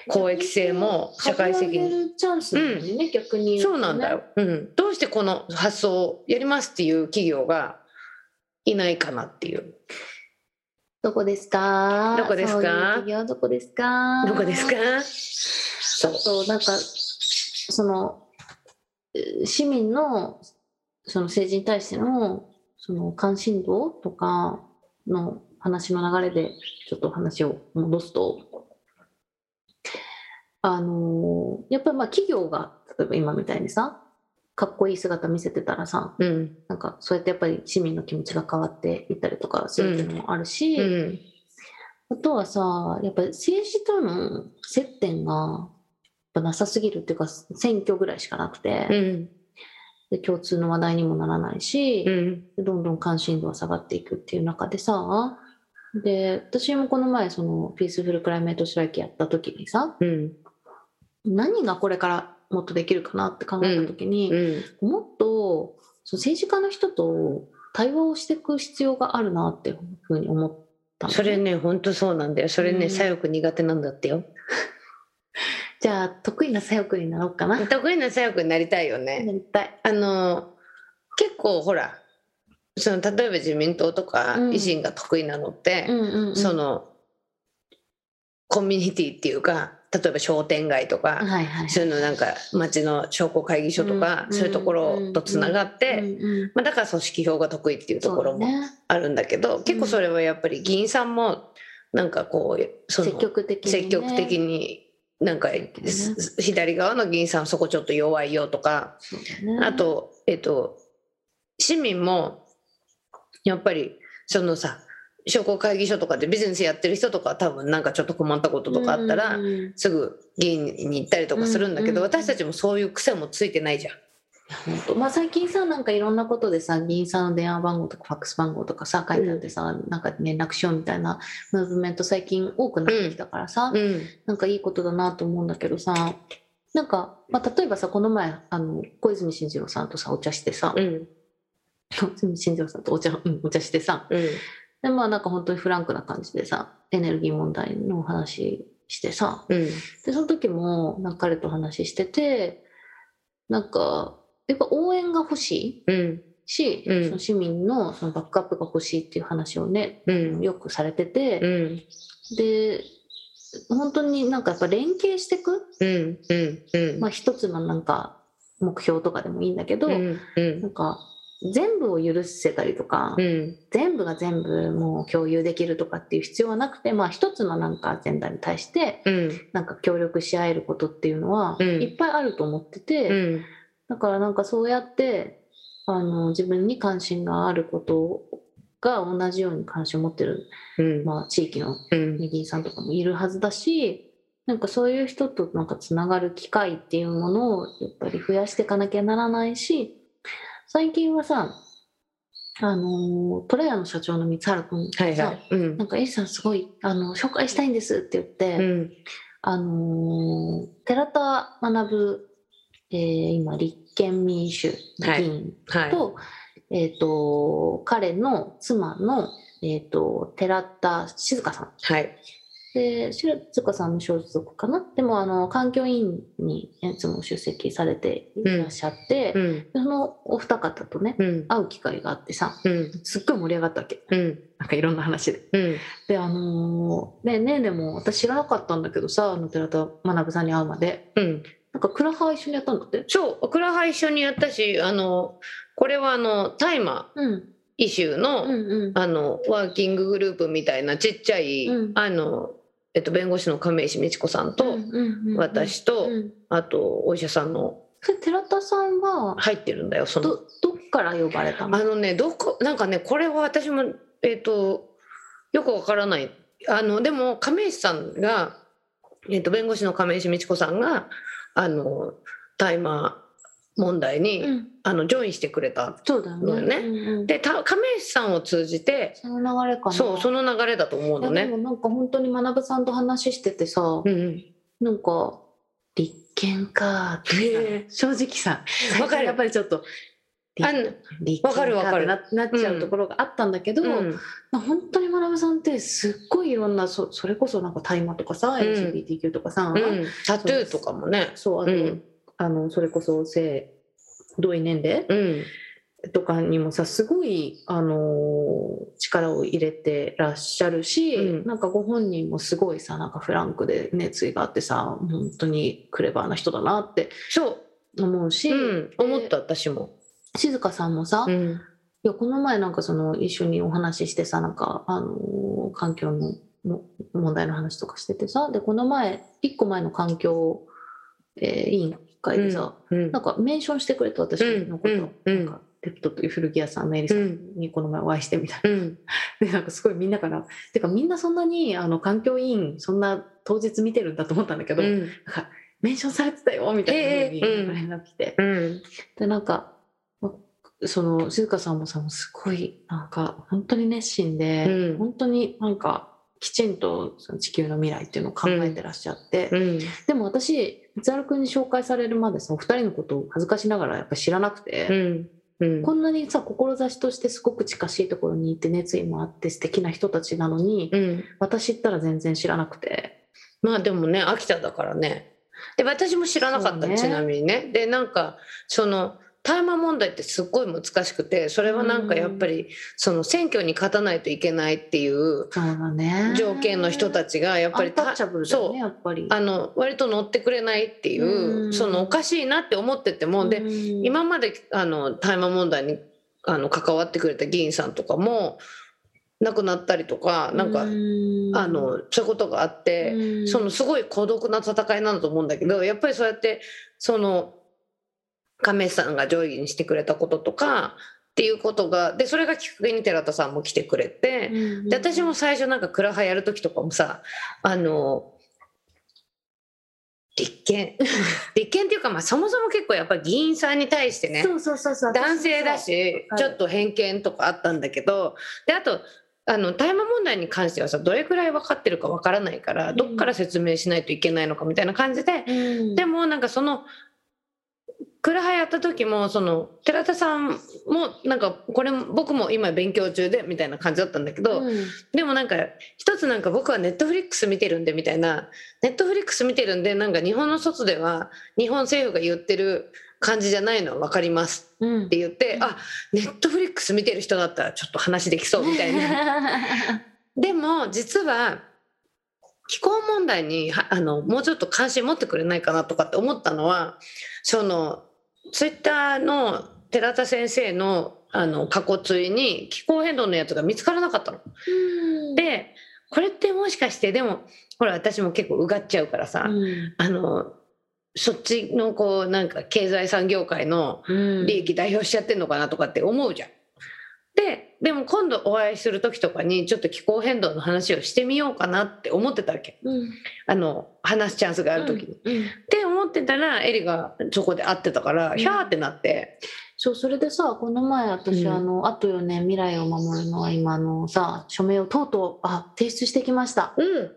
Speaker 8: 公益性も社会責任
Speaker 9: チャンスなのにね、逆に言うと
Speaker 8: そう
Speaker 9: ね
Speaker 8: なんだよ、うん、どうしてこの発想をやりますっていう企業がいないかなっていう
Speaker 9: どこですか
Speaker 8: どこで
Speaker 9: そ
Speaker 8: すか
Speaker 9: ういう企業どこですか
Speaker 8: どこですか
Speaker 9: あとなんかそのえー市民のその政治に対してのその関心度とかの話の流れでちょっと話を戻すとあのーやっぱりまあ企業が例えば今みたいにさかっこいい姿見せてたらさ
Speaker 8: うん
Speaker 9: なんかそうやってやっぱり市民の気持ちが変わっていったりとかするっていうのもあるし、
Speaker 8: うん
Speaker 9: あとはさ、やっぱ政治との接点がやっぱなさすぎるっていうか、選挙ぐらいしかなくて、
Speaker 8: うん
Speaker 9: で共通の話題にもならないし、
Speaker 8: うん
Speaker 9: どんどん関心度は下がっていくっていう中でさ、で、私もこの前、そのピースフルクライメートストライキやった時にさ、
Speaker 8: うん
Speaker 9: 何がこれからもっとできるかなって考えた時に、
Speaker 8: うん
Speaker 9: もっとその政治家の人と対話をしていく必要があるなっていうふうに思ったのね
Speaker 8: それね本当そうなんだよそれ
Speaker 9: う
Speaker 8: ね
Speaker 9: ん
Speaker 8: 左翼苦手なんだってよ
Speaker 9: じゃあ得意な左翼になろうかな。
Speaker 8: 得意な左翼になりたいよね
Speaker 9: なりたい。
Speaker 8: あの結構ほらその例えば自民党とか
Speaker 9: うん
Speaker 8: 維新が得意なのって、
Speaker 9: うんうんうん
Speaker 8: そのコミュニティっていうか例えば商店街とか、
Speaker 9: はいはい、
Speaker 8: そういうのなんか町の商工会議所とか、
Speaker 9: うん
Speaker 8: そういうところとつながって、
Speaker 9: うんうん
Speaker 8: まあ、だから組織票が得意っていうところ
Speaker 9: そう
Speaker 8: も
Speaker 9: だね
Speaker 8: あるんだけど結構それはやっぱり議員さんもなんかこうその
Speaker 9: 積極的に、ね、
Speaker 8: 積極的になんか
Speaker 9: そうだね
Speaker 8: す左側の議員さんそこちょっと弱いよとか
Speaker 9: そうだね
Speaker 8: あとえっと市民もやっぱりそのさ商工会議所とかでビジネスやってる人とかは多分なんかちょっと困ったこととかあったら
Speaker 9: うんうんうん
Speaker 8: すぐ議員に行ったりとかするんだけど、
Speaker 9: うんうんうん
Speaker 8: 私たちもそういう癖もついてないじゃん。
Speaker 9: 本当まあ、最近さなんかいろんなことでさ議員さんの電話番号とかファックス番号とかさ書いてあってさ、なんか連絡しようみたいなムーブメント最近多くなってきたからさ、
Speaker 8: うん
Speaker 9: なんかいいことだなと思うんだけどさなんか、まあ、例えばさこの前あの小泉進次郎さんとさお茶してさ、
Speaker 8: うん
Speaker 9: (laughs) 小泉進次郎さんとお茶,、うん、お茶してさ、
Speaker 8: うん
Speaker 9: でまあなんか本当にフランクな感じでさエネルギー問題のお話してさ
Speaker 8: うん
Speaker 9: でその時もなんか彼と話しててなんかやっぱ応援が欲し
Speaker 8: う
Speaker 9: い
Speaker 8: ん
Speaker 9: し、
Speaker 8: うん
Speaker 9: その市民のそのバックアップが欲しいっていう話をね
Speaker 8: うん
Speaker 9: よくされてて、
Speaker 8: うん
Speaker 9: で本当になんかやっぱ連携してく、
Speaker 8: うんうんうん
Speaker 9: まあ、一つのなんか目標とかでもいいんだけど、
Speaker 8: うんうん
Speaker 9: なんか全部を許せたりとか、
Speaker 8: うん
Speaker 9: 全部が全部もう共有できるとかっていう必要はなくて、まあ、一つのなんかアジェンダに対して
Speaker 8: うん
Speaker 9: なんか協力し合えることっていうのは
Speaker 8: うん
Speaker 9: いっぱいあると思ってて、
Speaker 8: うん
Speaker 9: だからなんかそうやってあの自分に関心があることが同じように関心を持ってる、
Speaker 8: うん
Speaker 9: まあ、地域の
Speaker 8: うん
Speaker 9: 議員さんとかもいるはずだしなんかそういう人となんかつながる機会っていうものをやっぱり増やしていかなきゃならないし最近はさあのートレアの社長の光原君がさ、
Speaker 8: はいはいうん
Speaker 9: なんか「エリさんすごいあの紹介したいんです」って言って、
Speaker 8: うん
Speaker 9: あのー寺田学、えー今立憲民主議
Speaker 8: はい
Speaker 9: 員
Speaker 8: はい
Speaker 9: と,、えー、と彼の妻の、えー、と寺田静香さん
Speaker 8: はい
Speaker 9: で白塚さんも小属かなでもあの環境委員にいつも出席されていらっしゃって、
Speaker 8: うん
Speaker 9: そのお二方とね
Speaker 8: うん
Speaker 9: 会う機会があってさ
Speaker 8: うん
Speaker 9: すっごい盛り上がったわけ
Speaker 8: うん
Speaker 9: なんかいろんな話で。
Speaker 8: うん
Speaker 9: であのーねねでも私知らなかったんだけどさあの寺田学さんに会うまで
Speaker 8: うん
Speaker 9: なんかクラハ一緒にやったんだって
Speaker 8: そうオクラハ一緒にやったしあのこれはあの大麻
Speaker 9: うん
Speaker 8: イシューの,、
Speaker 9: うんうん
Speaker 8: あのワーキンググループみたいなちっちゃい、
Speaker 9: うん
Speaker 8: あのえっと、弁護士の亀石美智子さんと、
Speaker 9: うんうんうん
Speaker 8: 私と、
Speaker 9: うん
Speaker 8: あとお医者さんの
Speaker 9: それ寺田さんは
Speaker 8: 入ってるんだよその
Speaker 9: どどっから呼ばれたの
Speaker 8: あのねどこなんかねこれは私もえっ、とよくわからないあのでも亀石さんが、えー、と弁護士の亀石美智子さんがあの大麻問題に、
Speaker 9: うん
Speaker 8: あのジョインしてくれた。
Speaker 9: そうだよ
Speaker 8: そうだよ
Speaker 9: ね
Speaker 8: ね
Speaker 9: うんうん
Speaker 8: でた亀石さんを通じて
Speaker 9: その流れかな
Speaker 8: そうその流れだと思うの
Speaker 9: いやで
Speaker 8: ね。
Speaker 9: もなんか本当に学さんと話しててさ、
Speaker 8: うんうん
Speaker 9: なんか立憲かーって
Speaker 8: ね
Speaker 9: 正直さ
Speaker 8: わかる
Speaker 9: やっぱりちょっと
Speaker 8: あの
Speaker 9: 立憲
Speaker 8: わかるわかる
Speaker 9: ってななっちゃうところがあったんだけど、
Speaker 8: うん
Speaker 9: 本当に学さんってすっごいいろんなそそれこそなんか大麻とかさ
Speaker 8: ん
Speaker 9: LGBTQ とかさ、
Speaker 8: うん、タトゥーとかもね。
Speaker 9: そうあと、
Speaker 8: うん
Speaker 9: あのそれこそ性同意年齢
Speaker 8: うん
Speaker 9: とかにもさすごい、あのー力を入れてらっしゃるし、
Speaker 8: うん
Speaker 9: なんかご本人もすごいさなんかフランクで熱意があってさ本当にクレバーな人だなって
Speaker 8: そ
Speaker 9: 思うし、
Speaker 8: う、うん、思った私も。
Speaker 9: 静香さんもさ、
Speaker 8: う
Speaker 9: い
Speaker 8: ん
Speaker 9: やこの前なんかその一緒にお話ししてさなんか、あのー環境のの問題の話とかしててさでこの前一個前の環境、えー委員会でさ、
Speaker 8: うん
Speaker 9: なんかメンションしてくれた私のこと、
Speaker 8: うんうん
Speaker 9: なんかテプトという古着屋さんのエリさんにこの前お会いしてみたい
Speaker 8: うん
Speaker 9: (laughs) な、でなんかすごいみんなからてかみんなそんなにあの環境委員そんな当日見てるんだと思ったんだけど、
Speaker 8: うん
Speaker 9: メンションされてたよみたいな
Speaker 8: ええ
Speaker 9: 風
Speaker 8: うん
Speaker 9: に連絡来て、
Speaker 8: うん
Speaker 9: でなんかまその静香さんもさもうすごいなんか本当に熱心で、
Speaker 8: うん
Speaker 9: 本当になんかきちんとその地球の未来っていうのを考えてらっしゃって、
Speaker 8: うん
Speaker 9: でも私光晴君に紹介されるまでさお二人のことを恥ずかしながらやっぱ知らなくて。
Speaker 8: うんうん
Speaker 9: こんなにさ志としてすごく近しいところにいて熱意もあって素敵な人たちなのに、
Speaker 8: うん
Speaker 9: 私行ったら全然知らなくて
Speaker 8: まあでもね秋田だからねで私も知らなかった、
Speaker 9: そうね
Speaker 8: ちなみにねでなんかその大麻問題ってすっごい難しくてそれはなんかやっぱりその選挙に勝たないといけないっていう
Speaker 9: そうだね
Speaker 8: 条件の人た
Speaker 9: ち
Speaker 8: ちがやっぱり
Speaker 9: アンタッチャブルだよ
Speaker 8: そ
Speaker 9: ね
Speaker 8: う
Speaker 9: やっぱり
Speaker 8: あの割と乗ってくれないっていううんそのおかしいなって思っててもで今まであの大麻問題にあの関わってくれた議員さんとかも亡くなったりとかなんかあのそういうことがあって。そのすごい孤独な戦いなんだと思うんだけどやっぱりそうやってその亀井さんが上位にしてくれたこととかっていうことがでそれがきっかけに寺田さんも来てくれて、で私も最初なんか倉葉やる時とかもさあの立憲 (laughs) 立憲っていうか、まあ、そもそも結構やっぱり議員さんに対してね
Speaker 9: そうそうそうそう
Speaker 8: 男性だし
Speaker 9: はい
Speaker 8: ちょっと偏見とかあったんだけどであとあの大麻問題に関してはさどれくらい分かってるか分からないからどっから説明しないといけないのかみたいな感じで
Speaker 9: うん
Speaker 8: でもなんかその倉葉やった時もその寺田さんもなんかこれも僕も今勉強中でみたいな感じだったんだけど、
Speaker 9: うん
Speaker 8: でもなんか一つなんか僕はネットフリックス見てるんでみたいなネットフリックス見てるんでなんか日本の外では日本政府が言ってる感じじゃないのは分かります
Speaker 9: うん
Speaker 8: って言って、
Speaker 9: うん
Speaker 8: あネットフリックス見てる人だったらちょっと話できそうみた
Speaker 9: (laughs)
Speaker 8: いなでも実は気候問題にはあのもうちょっと関心持ってくれないかなとかって思ったのはそのツイッターの寺田先生のあの過去追に気候変動のやつが見つからなかったの。でこれってもしかしてでもほら私も結構うがっちゃうからさ、
Speaker 9: うん
Speaker 8: あのそっちのこうなんか経済産業界の
Speaker 9: うん
Speaker 8: (laughs) 利益代表しちゃってんのかなとかって思うじゃん。ででも今度お会いする時とかにちょっと気候変動の話をしてみようかなって思ってたわけ
Speaker 9: うん
Speaker 8: あの話すチャンスがある時に。って思ってたらエリがそこで会ってたから、
Speaker 9: ん
Speaker 8: ひゃーってなって。
Speaker 9: そうそれでさこの前私、
Speaker 8: うん
Speaker 9: あのあと4年未来を守るのは今あのさ署名をとうとうあ提出してきました
Speaker 8: うん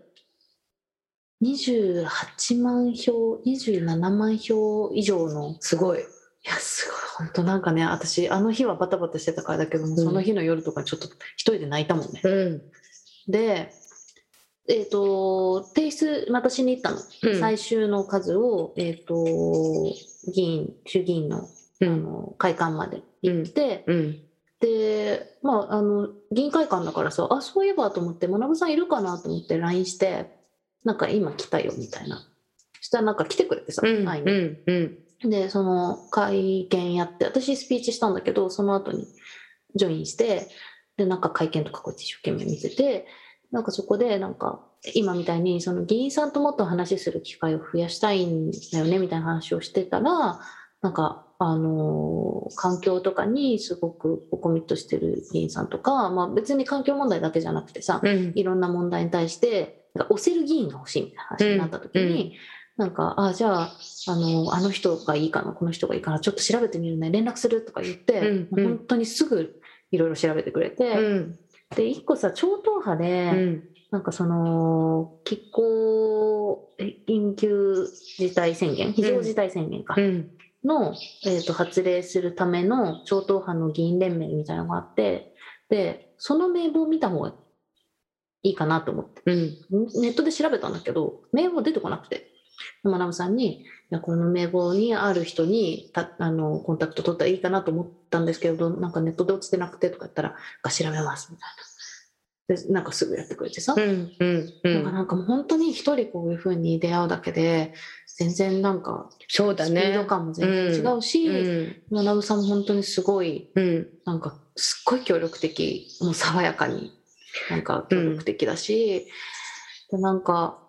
Speaker 9: 28万票27万票以上の
Speaker 8: すごい。
Speaker 9: いやすごい本当なんかね私あの日はバタバタしてたからだけども、
Speaker 8: ん
Speaker 9: その日の夜とかちょっと一人で泣いたもんね
Speaker 8: うん
Speaker 9: でえっと提出私に行ったの、
Speaker 8: うん
Speaker 9: 最終の数を、えっと議員衆議院の,、
Speaker 8: うん
Speaker 9: あの会館まで行って、
Speaker 8: うん
Speaker 9: でまああの議員会館だからさあそういえばと思って学さんいるかなと思って LINE してなんか今来たよみたいなそしたらなんか来てくれてさ、
Speaker 8: うん
Speaker 9: 会いに
Speaker 8: うんうん
Speaker 9: でその会見やって私スピーチしたんだけどその後にジョインしてでなんか会見とかこうやって一生懸命見ててなんかそこでなんか今みたいにその議員さんともっと話する機会を増やしたいんだよねみたいな話をしてたらなんかあのー環境とかにすごくコミットしてる議員さんとか、まあ、別に環境問題だけじゃなくてさ、
Speaker 8: うん
Speaker 9: いろんな問題に対してなんか押せる議員が欲しいみたいな話になった時に、なんかあじゃああのあの人がいいかなこの人がいいかなちょっと調べてみるね連絡するとか言って、
Speaker 8: うん
Speaker 9: もう本当にすぐいろいろ調べてくれて、
Speaker 8: うん
Speaker 9: で一個さ超党派で、
Speaker 8: うん
Speaker 9: なんかその気候え緊急事態宣言非常事態宣言か、
Speaker 8: うん
Speaker 9: の、えー、と発令するための超党派の議員連盟みたいなのがあってでその名簿を見た方がいいかなと思って。
Speaker 8: うん
Speaker 9: ネットで調べたんだけど名簿出てこなくてマナムさんにいやこの名簿にある人にたあのコンタクト取ったらいいかなと思ったんですけどなんかネットで落ちてなくてとか言ったら「が調べます」みたいなでなんかすぐやってくれてさ、
Speaker 8: うんうんう
Speaker 9: なんか
Speaker 8: ん
Speaker 9: なんかもう本当に一人こういう風に出会うだけで全然なんか
Speaker 8: そうだ
Speaker 9: スピー
Speaker 8: ね
Speaker 9: ド感も全然違う
Speaker 8: う
Speaker 9: し
Speaker 8: ん
Speaker 9: マナムさんも本当にすごい
Speaker 8: うん
Speaker 9: なんかすっごい協力的もう爽やかになんか協力的だし、でなんか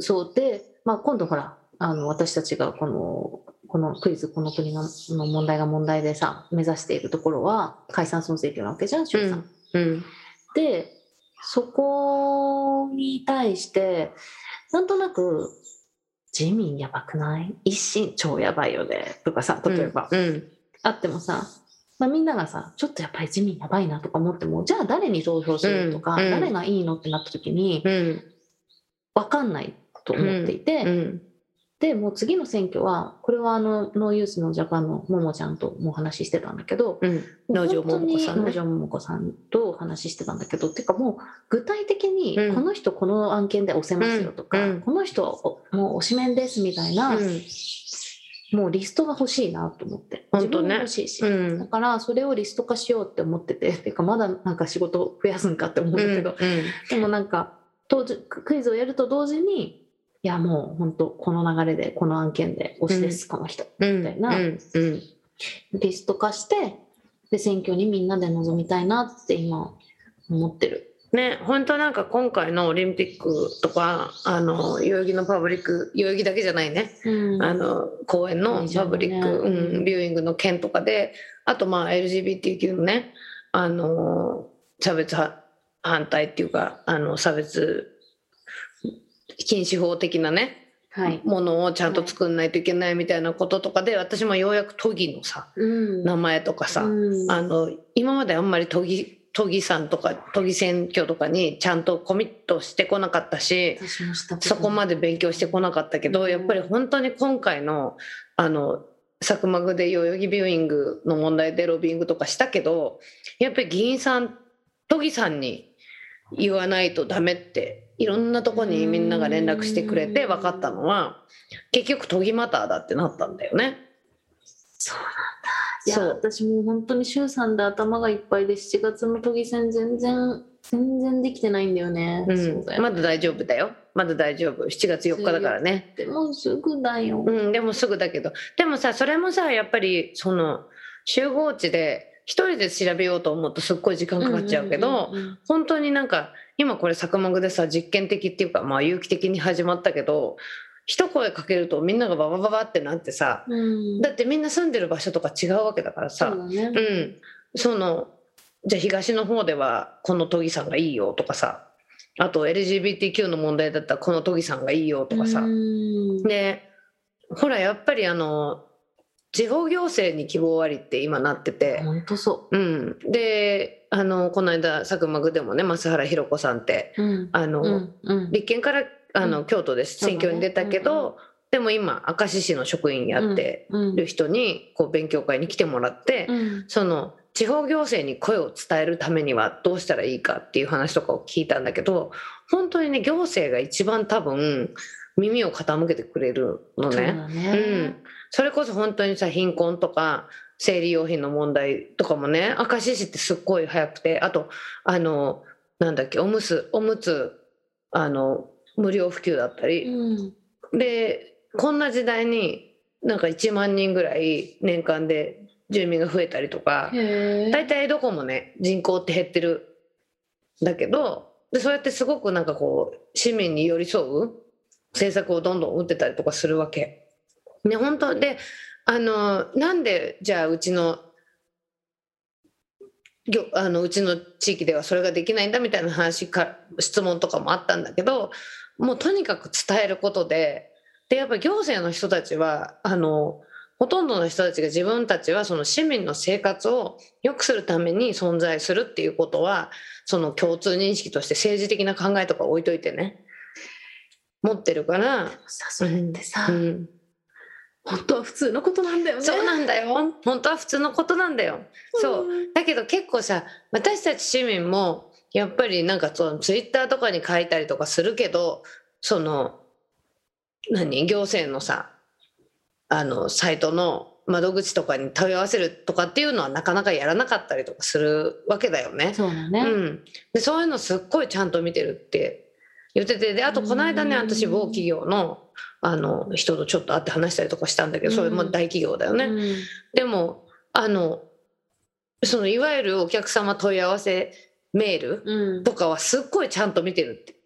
Speaker 9: そうで、まあ、今度ほらあの私たちがこのこのクイズこの国のの問題が問題でさ目指しているところは解散総選挙なわけじゃん衆参、
Speaker 8: うん
Speaker 9: でそこに対してなんとなく自民やばくない一心超やばいよねとかさ例えば、
Speaker 8: うん
Speaker 9: あってもさ、まあ、みんながさちょっとやっぱり自民やばいなとか思ってもじゃあ誰に投票するとか、
Speaker 8: うんうん
Speaker 9: 誰がいいのってなった時に
Speaker 8: うん
Speaker 9: 分かんないと思っていて、
Speaker 8: うん
Speaker 9: でもう次の選挙はこれはあのノーユースのジャパンのももちゃんともお話ししてたんだけど
Speaker 8: うん
Speaker 9: もう
Speaker 8: 農場
Speaker 9: 本当
Speaker 8: 桃
Speaker 9: に
Speaker 8: 子さん
Speaker 9: 農
Speaker 8: ね
Speaker 9: 場桃子さんとお話ししてたんだけどっていうかもう具体的に
Speaker 8: うん
Speaker 9: この人この案件で押せますよとか、
Speaker 8: うんうん
Speaker 9: この人はもう推しメンですみたいな、
Speaker 8: うん
Speaker 9: もうリストが欲しいなと思って
Speaker 8: 本当
Speaker 9: 自分も
Speaker 8: ね
Speaker 9: 欲しいし。
Speaker 8: うん
Speaker 9: だからそれをリスト化しようって思ってて (laughs) てかまだなんか仕事増やすんかって思うんだけど、
Speaker 8: うん
Speaker 9: でもなんか当時クイズをやると同時にいやもう本当この流れでこの案件で推しです、この人
Speaker 8: うん
Speaker 9: みたいな
Speaker 8: うんうん
Speaker 9: リスト化してで選挙にみんなで臨みたいなって今思ってる。
Speaker 8: ね本当なんか今回のオリンピックとかあの代々木のパブリック代々木だけじゃないね
Speaker 9: うん
Speaker 8: あの公園のパブリック、
Speaker 9: いいじゃんね
Speaker 8: うん、ビューイングの件とかであとまあ LGBTQ のねあの差別は反対っていうかあの差別禁止法的なね
Speaker 9: はい
Speaker 8: ものをちゃんと作んないといけないみたいなこととかで私もようやく都議のさ
Speaker 9: うん
Speaker 8: 名前とかさ、
Speaker 9: うん
Speaker 8: あの今まであんまり都議都議さんとか都議選挙とかにちゃんとコミットしてこなかったし、
Speaker 9: 私もしたと
Speaker 8: そこまで勉強してこなかったけど、やっぱり本当に今回のあの佐久間具で代々木ビューイングの問題でロビーイングとかしたけどやっぱり議員さん都議さんに言わないとダメっていろんなとこにみんなが連絡してくれて分かったのは結局都議マターだってなったんだよね。
Speaker 9: そういや
Speaker 8: そう
Speaker 9: 私もう本当に週3で頭がいっぱいで7月の都議選全然全然できてないんだよね。
Speaker 8: う
Speaker 9: そ
Speaker 8: ん
Speaker 9: うだよ
Speaker 8: まだ大丈夫だよまだ大丈夫7月4日だからね。
Speaker 9: でもすぐだよ。
Speaker 8: うん、でもすぐだけどでもさそれもさやっぱりその集合地で一人で調べようと思うとすっごい時間かかっちゃうけど、
Speaker 9: んうんうんうん
Speaker 8: 本当になんか今これ作目でさ実験的っていうかまあ有機的に始まったけど一声かけるとみんながババババってなってさ
Speaker 9: うん
Speaker 8: だってみんな住んでる場所とか違うわけだから
Speaker 9: そう
Speaker 8: さ
Speaker 9: だね
Speaker 8: う、ん、そのじゃあ東の方ではこの都議さんがいいよとかさあと LGBTQ の問題だったらこの都議さんがいいよとかさ、
Speaker 9: うん
Speaker 8: でほらやっぱりあの地方行政に希望ありって今なってて、
Speaker 9: 本当そ
Speaker 8: うん、であのこの間佐久間区でもね増原弘子さんって
Speaker 9: う。うん
Speaker 8: あの、
Speaker 9: うんうん
Speaker 8: 立憲からあの、
Speaker 9: うん
Speaker 8: 京都で選挙に出たけど、でも今明石市の職員やって
Speaker 9: うん
Speaker 8: る人にこう勉強会に来てもらって、
Speaker 9: うん
Speaker 8: その地方行政に声を伝えるためにはどうしたらいいかっていう話とかを聞いたんだけど本当にね行政が一番多分耳を傾けてくれるの
Speaker 9: そう
Speaker 8: ね。
Speaker 9: だ
Speaker 8: うん
Speaker 9: ね。、
Speaker 8: それこそ本当にさ貧困とか生理用品の問題とかもね明石市ってすっごい早くてあとあのなんだっけおむすおむつあの無料普及だったり、
Speaker 9: うん。
Speaker 8: でこんな時代になんか1万人ぐらい年間で住民が増えたりとか
Speaker 9: へえ。
Speaker 8: 大体どこもね人口って減ってるんだけどでそうやってすごくなんかこう市民に寄り添う政策をどんどん打ってたりとかするわけ。ね本当であのなんでじゃあうちのぎょあのうちの地域ではそれができないんだみたいな話か質問とかもあったんだけどもうとにかく伝えることででやっぱ行政の人たちはあのほとんどの人たちが自分たちはその市民の生活を良くするために存在するっていうことはその共通認識として政治的な考えとか置いといてね持ってるから、
Speaker 9: さそれってさ、
Speaker 8: うん、
Speaker 9: 本当は普通のことなんだよね。
Speaker 8: そうなんだよ本当は普通のことなんだよそうだけど結構さ私たち市民もやっぱりなんかそのツイッターとかに書いたりとかするけどその何行政のさあのサイトの窓口とかに問い合わせるとかっていうのはなかなかやらなかったりとかするわけだよね。
Speaker 9: そうだね。
Speaker 8: うん、でそういうのすっごいちゃんと見てるって言っててであとこの間ね
Speaker 9: うん
Speaker 8: 私某企業のあの人とちょっと会って話したりとかしたんだけどそれも大企業だよね。
Speaker 9: うん
Speaker 8: でもあのそのいわゆるお客様問い合わせメール
Speaker 9: うん。
Speaker 8: とかはすっごいちゃんと見てるって、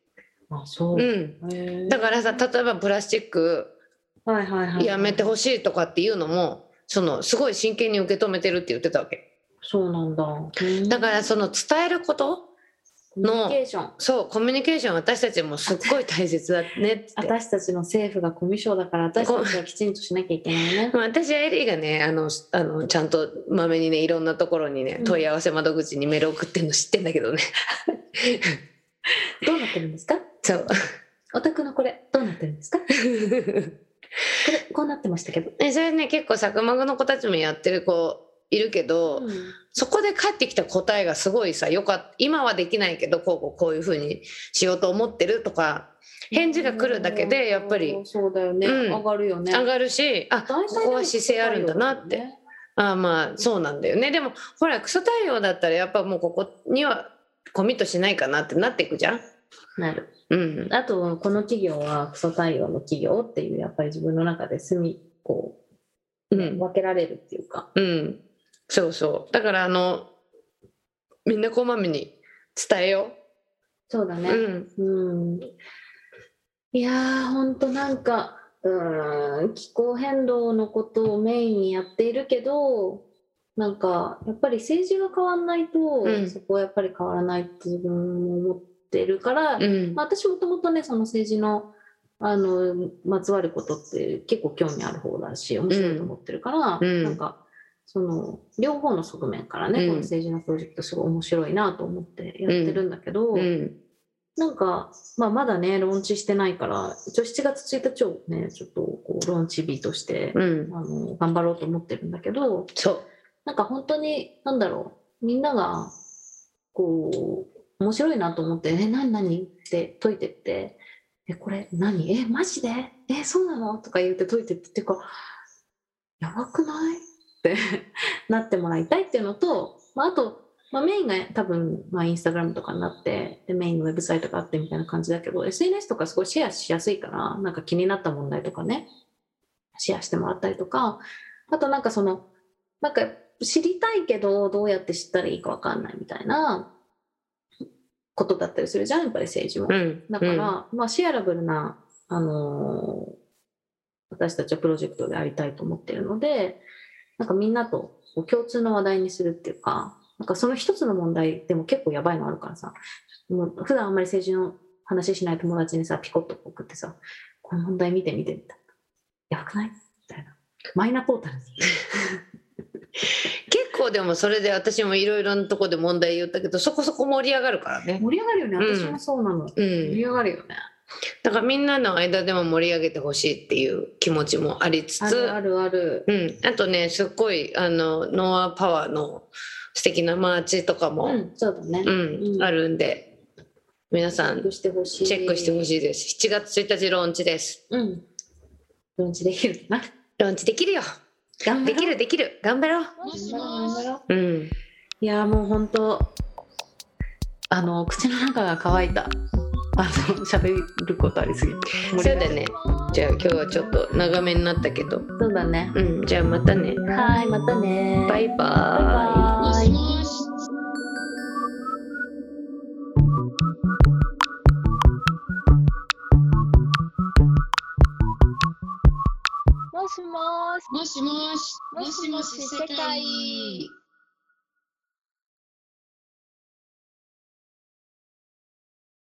Speaker 9: あ、そうう。
Speaker 8: ん、
Speaker 9: へえ
Speaker 8: だからさ例えばプラスチック
Speaker 9: はいはいはい。
Speaker 8: やめてほ
Speaker 9: しい。
Speaker 8: しいとかっていうのもそのすごい真剣に受け止めてるって言ってたわけ
Speaker 9: そうなんだ。うん
Speaker 8: だからその伝えること
Speaker 9: コミュニケーション。
Speaker 8: そうコミュニケーション私たちもすっごい大切だねって
Speaker 9: 私たちの政府がコミュ障だから私たちはきちんとしなきゃいけないね。
Speaker 8: まあ私はエリーがねあのあのちゃんとまめにねいろんなところにね
Speaker 9: うん
Speaker 8: 問い合わせ窓口にメール送ってんの知ってんだ
Speaker 9: (laughs)
Speaker 8: けどね
Speaker 9: どうなってるんですか
Speaker 8: そう (laughs)
Speaker 9: お宅のこれどうなってるんですかこれこうなってましたけど。
Speaker 8: でそれね結構作間の子たちもやってる子いるけど、そこで返ってきた答えがすごいさよかっ今はできないけどこうこうこういうふうにしようと思ってるとか返事が来るだけでやっぱり
Speaker 9: そうだよね、
Speaker 8: うん
Speaker 9: 上がるよね。
Speaker 8: 上がるし、あこ
Speaker 9: 大体でも
Speaker 8: こは姿勢あるんだなって、あーまあそうなんだよねでもほらクソ対応だったらやっぱもうここにはコミットしないかなってなっていくじゃん。
Speaker 9: なる。
Speaker 8: うん、
Speaker 9: あとはこの企業はクソ対応の企業っていうやっぱり自分の中で隅っこ
Speaker 8: う
Speaker 9: を
Speaker 8: ん
Speaker 9: 分けられるっていうか。
Speaker 8: うん、そうそうだからあのみんなこまめに伝えよ
Speaker 9: そうだね。
Speaker 8: う。うん
Speaker 9: うんいやーほんとなんかうーん気候変動のことをメインにやっているけどなんかやっぱり政治が変わんないと、
Speaker 8: うん
Speaker 9: そこはやっぱり変わらないって自分も思ってるから、
Speaker 8: うん
Speaker 9: まあ、私もともとねその政治のあのまつわることって結構興味ある方だし面白いと思ってるから、
Speaker 8: うん
Speaker 9: なんかその両方の側面からね、
Speaker 8: うん
Speaker 9: この政治のプロジェクトすごい面白いなと思ってやってるんだけど。
Speaker 8: うん
Speaker 9: なんか、まあ、まだね、ローンチしてないから、一応7月1日をね、ちょっとこうローンチ日として、
Speaker 8: うん
Speaker 9: あの頑張ろうと思ってるんだけど、
Speaker 8: そう
Speaker 9: なんか本当に、なんだろう、みんなが、こう、面白いなと思って、え、何、何って解いてって、え、これ何え、マジでえ、そうなのとか言って解いてって、っていうか、やばくないって (laughs) なってもらいたいっていうのと、まあ、あと、まあ、メインが多分、まあ、インスタグラムとかになってでメインのウェブサイトがあってみたいな感じだけど SNS とかすごいシェアしやすいからなんか気になった問題とかねシェアしてもらったりとかあとなんかそのなんか知りたいけどどうやって知ったらいいかわかんないみたいなことだったりするじゃんやっぱり政治も。
Speaker 8: うん
Speaker 9: だから、まあ、シェアラブルな、あのー私たちはプロジェクトでありたいと思っているのでなんかみんなとこう共通の話題にするっていうかなんかその一つの問題でも結構やばいのあるからさもう普段あんまり政治の話しない友達にさピコッと送ってさ「この問題見て見て」みたいな「やばくない?」みたいなマイナポータルに
Speaker 8: 結構でもそれで私もいろいろなとこで問題言ったけどそこそこ盛り上がるからね、
Speaker 9: 盛り上がるよね
Speaker 8: うん
Speaker 9: 私もそうなの、
Speaker 8: う
Speaker 9: 盛
Speaker 8: ん
Speaker 9: り、上がるよね
Speaker 8: だからみんなの間でも盛り上げてほしいっていう気持ちもありつ
Speaker 9: あ
Speaker 8: つ
Speaker 9: るあるある
Speaker 8: うん、あとねすっごいあのノアパワーの素敵な街とかも、
Speaker 9: うん、そうだね
Speaker 8: う。ん
Speaker 9: うん
Speaker 8: あるんで皆さ
Speaker 9: チェッ
Speaker 8: ん
Speaker 9: クしてほしい。
Speaker 8: チェックしてほ
Speaker 9: い。
Speaker 8: しいです7月1日ローンチです
Speaker 9: うん。ローンチできるかな。
Speaker 8: ローンチできるよ
Speaker 9: 頑張ろ
Speaker 8: で
Speaker 9: う
Speaker 8: きるできる頑張ろう
Speaker 1: もし
Speaker 9: 頑
Speaker 1: も
Speaker 9: 張
Speaker 1: し。
Speaker 9: ろう。
Speaker 8: うん
Speaker 9: いやーもう本当あの口の中が乾いた。あの喋ることありすぎて。
Speaker 8: そうだねじゃあ今日はちょっと長めになったけど
Speaker 9: そうだね。
Speaker 8: うんじゃあまたね
Speaker 9: はい、またね。
Speaker 8: バイバ
Speaker 9: バイ
Speaker 8: ーイ
Speaker 1: も
Speaker 9: バイ
Speaker 1: し。もし。
Speaker 2: もしもし。
Speaker 1: tá もしもし。もしもし世界。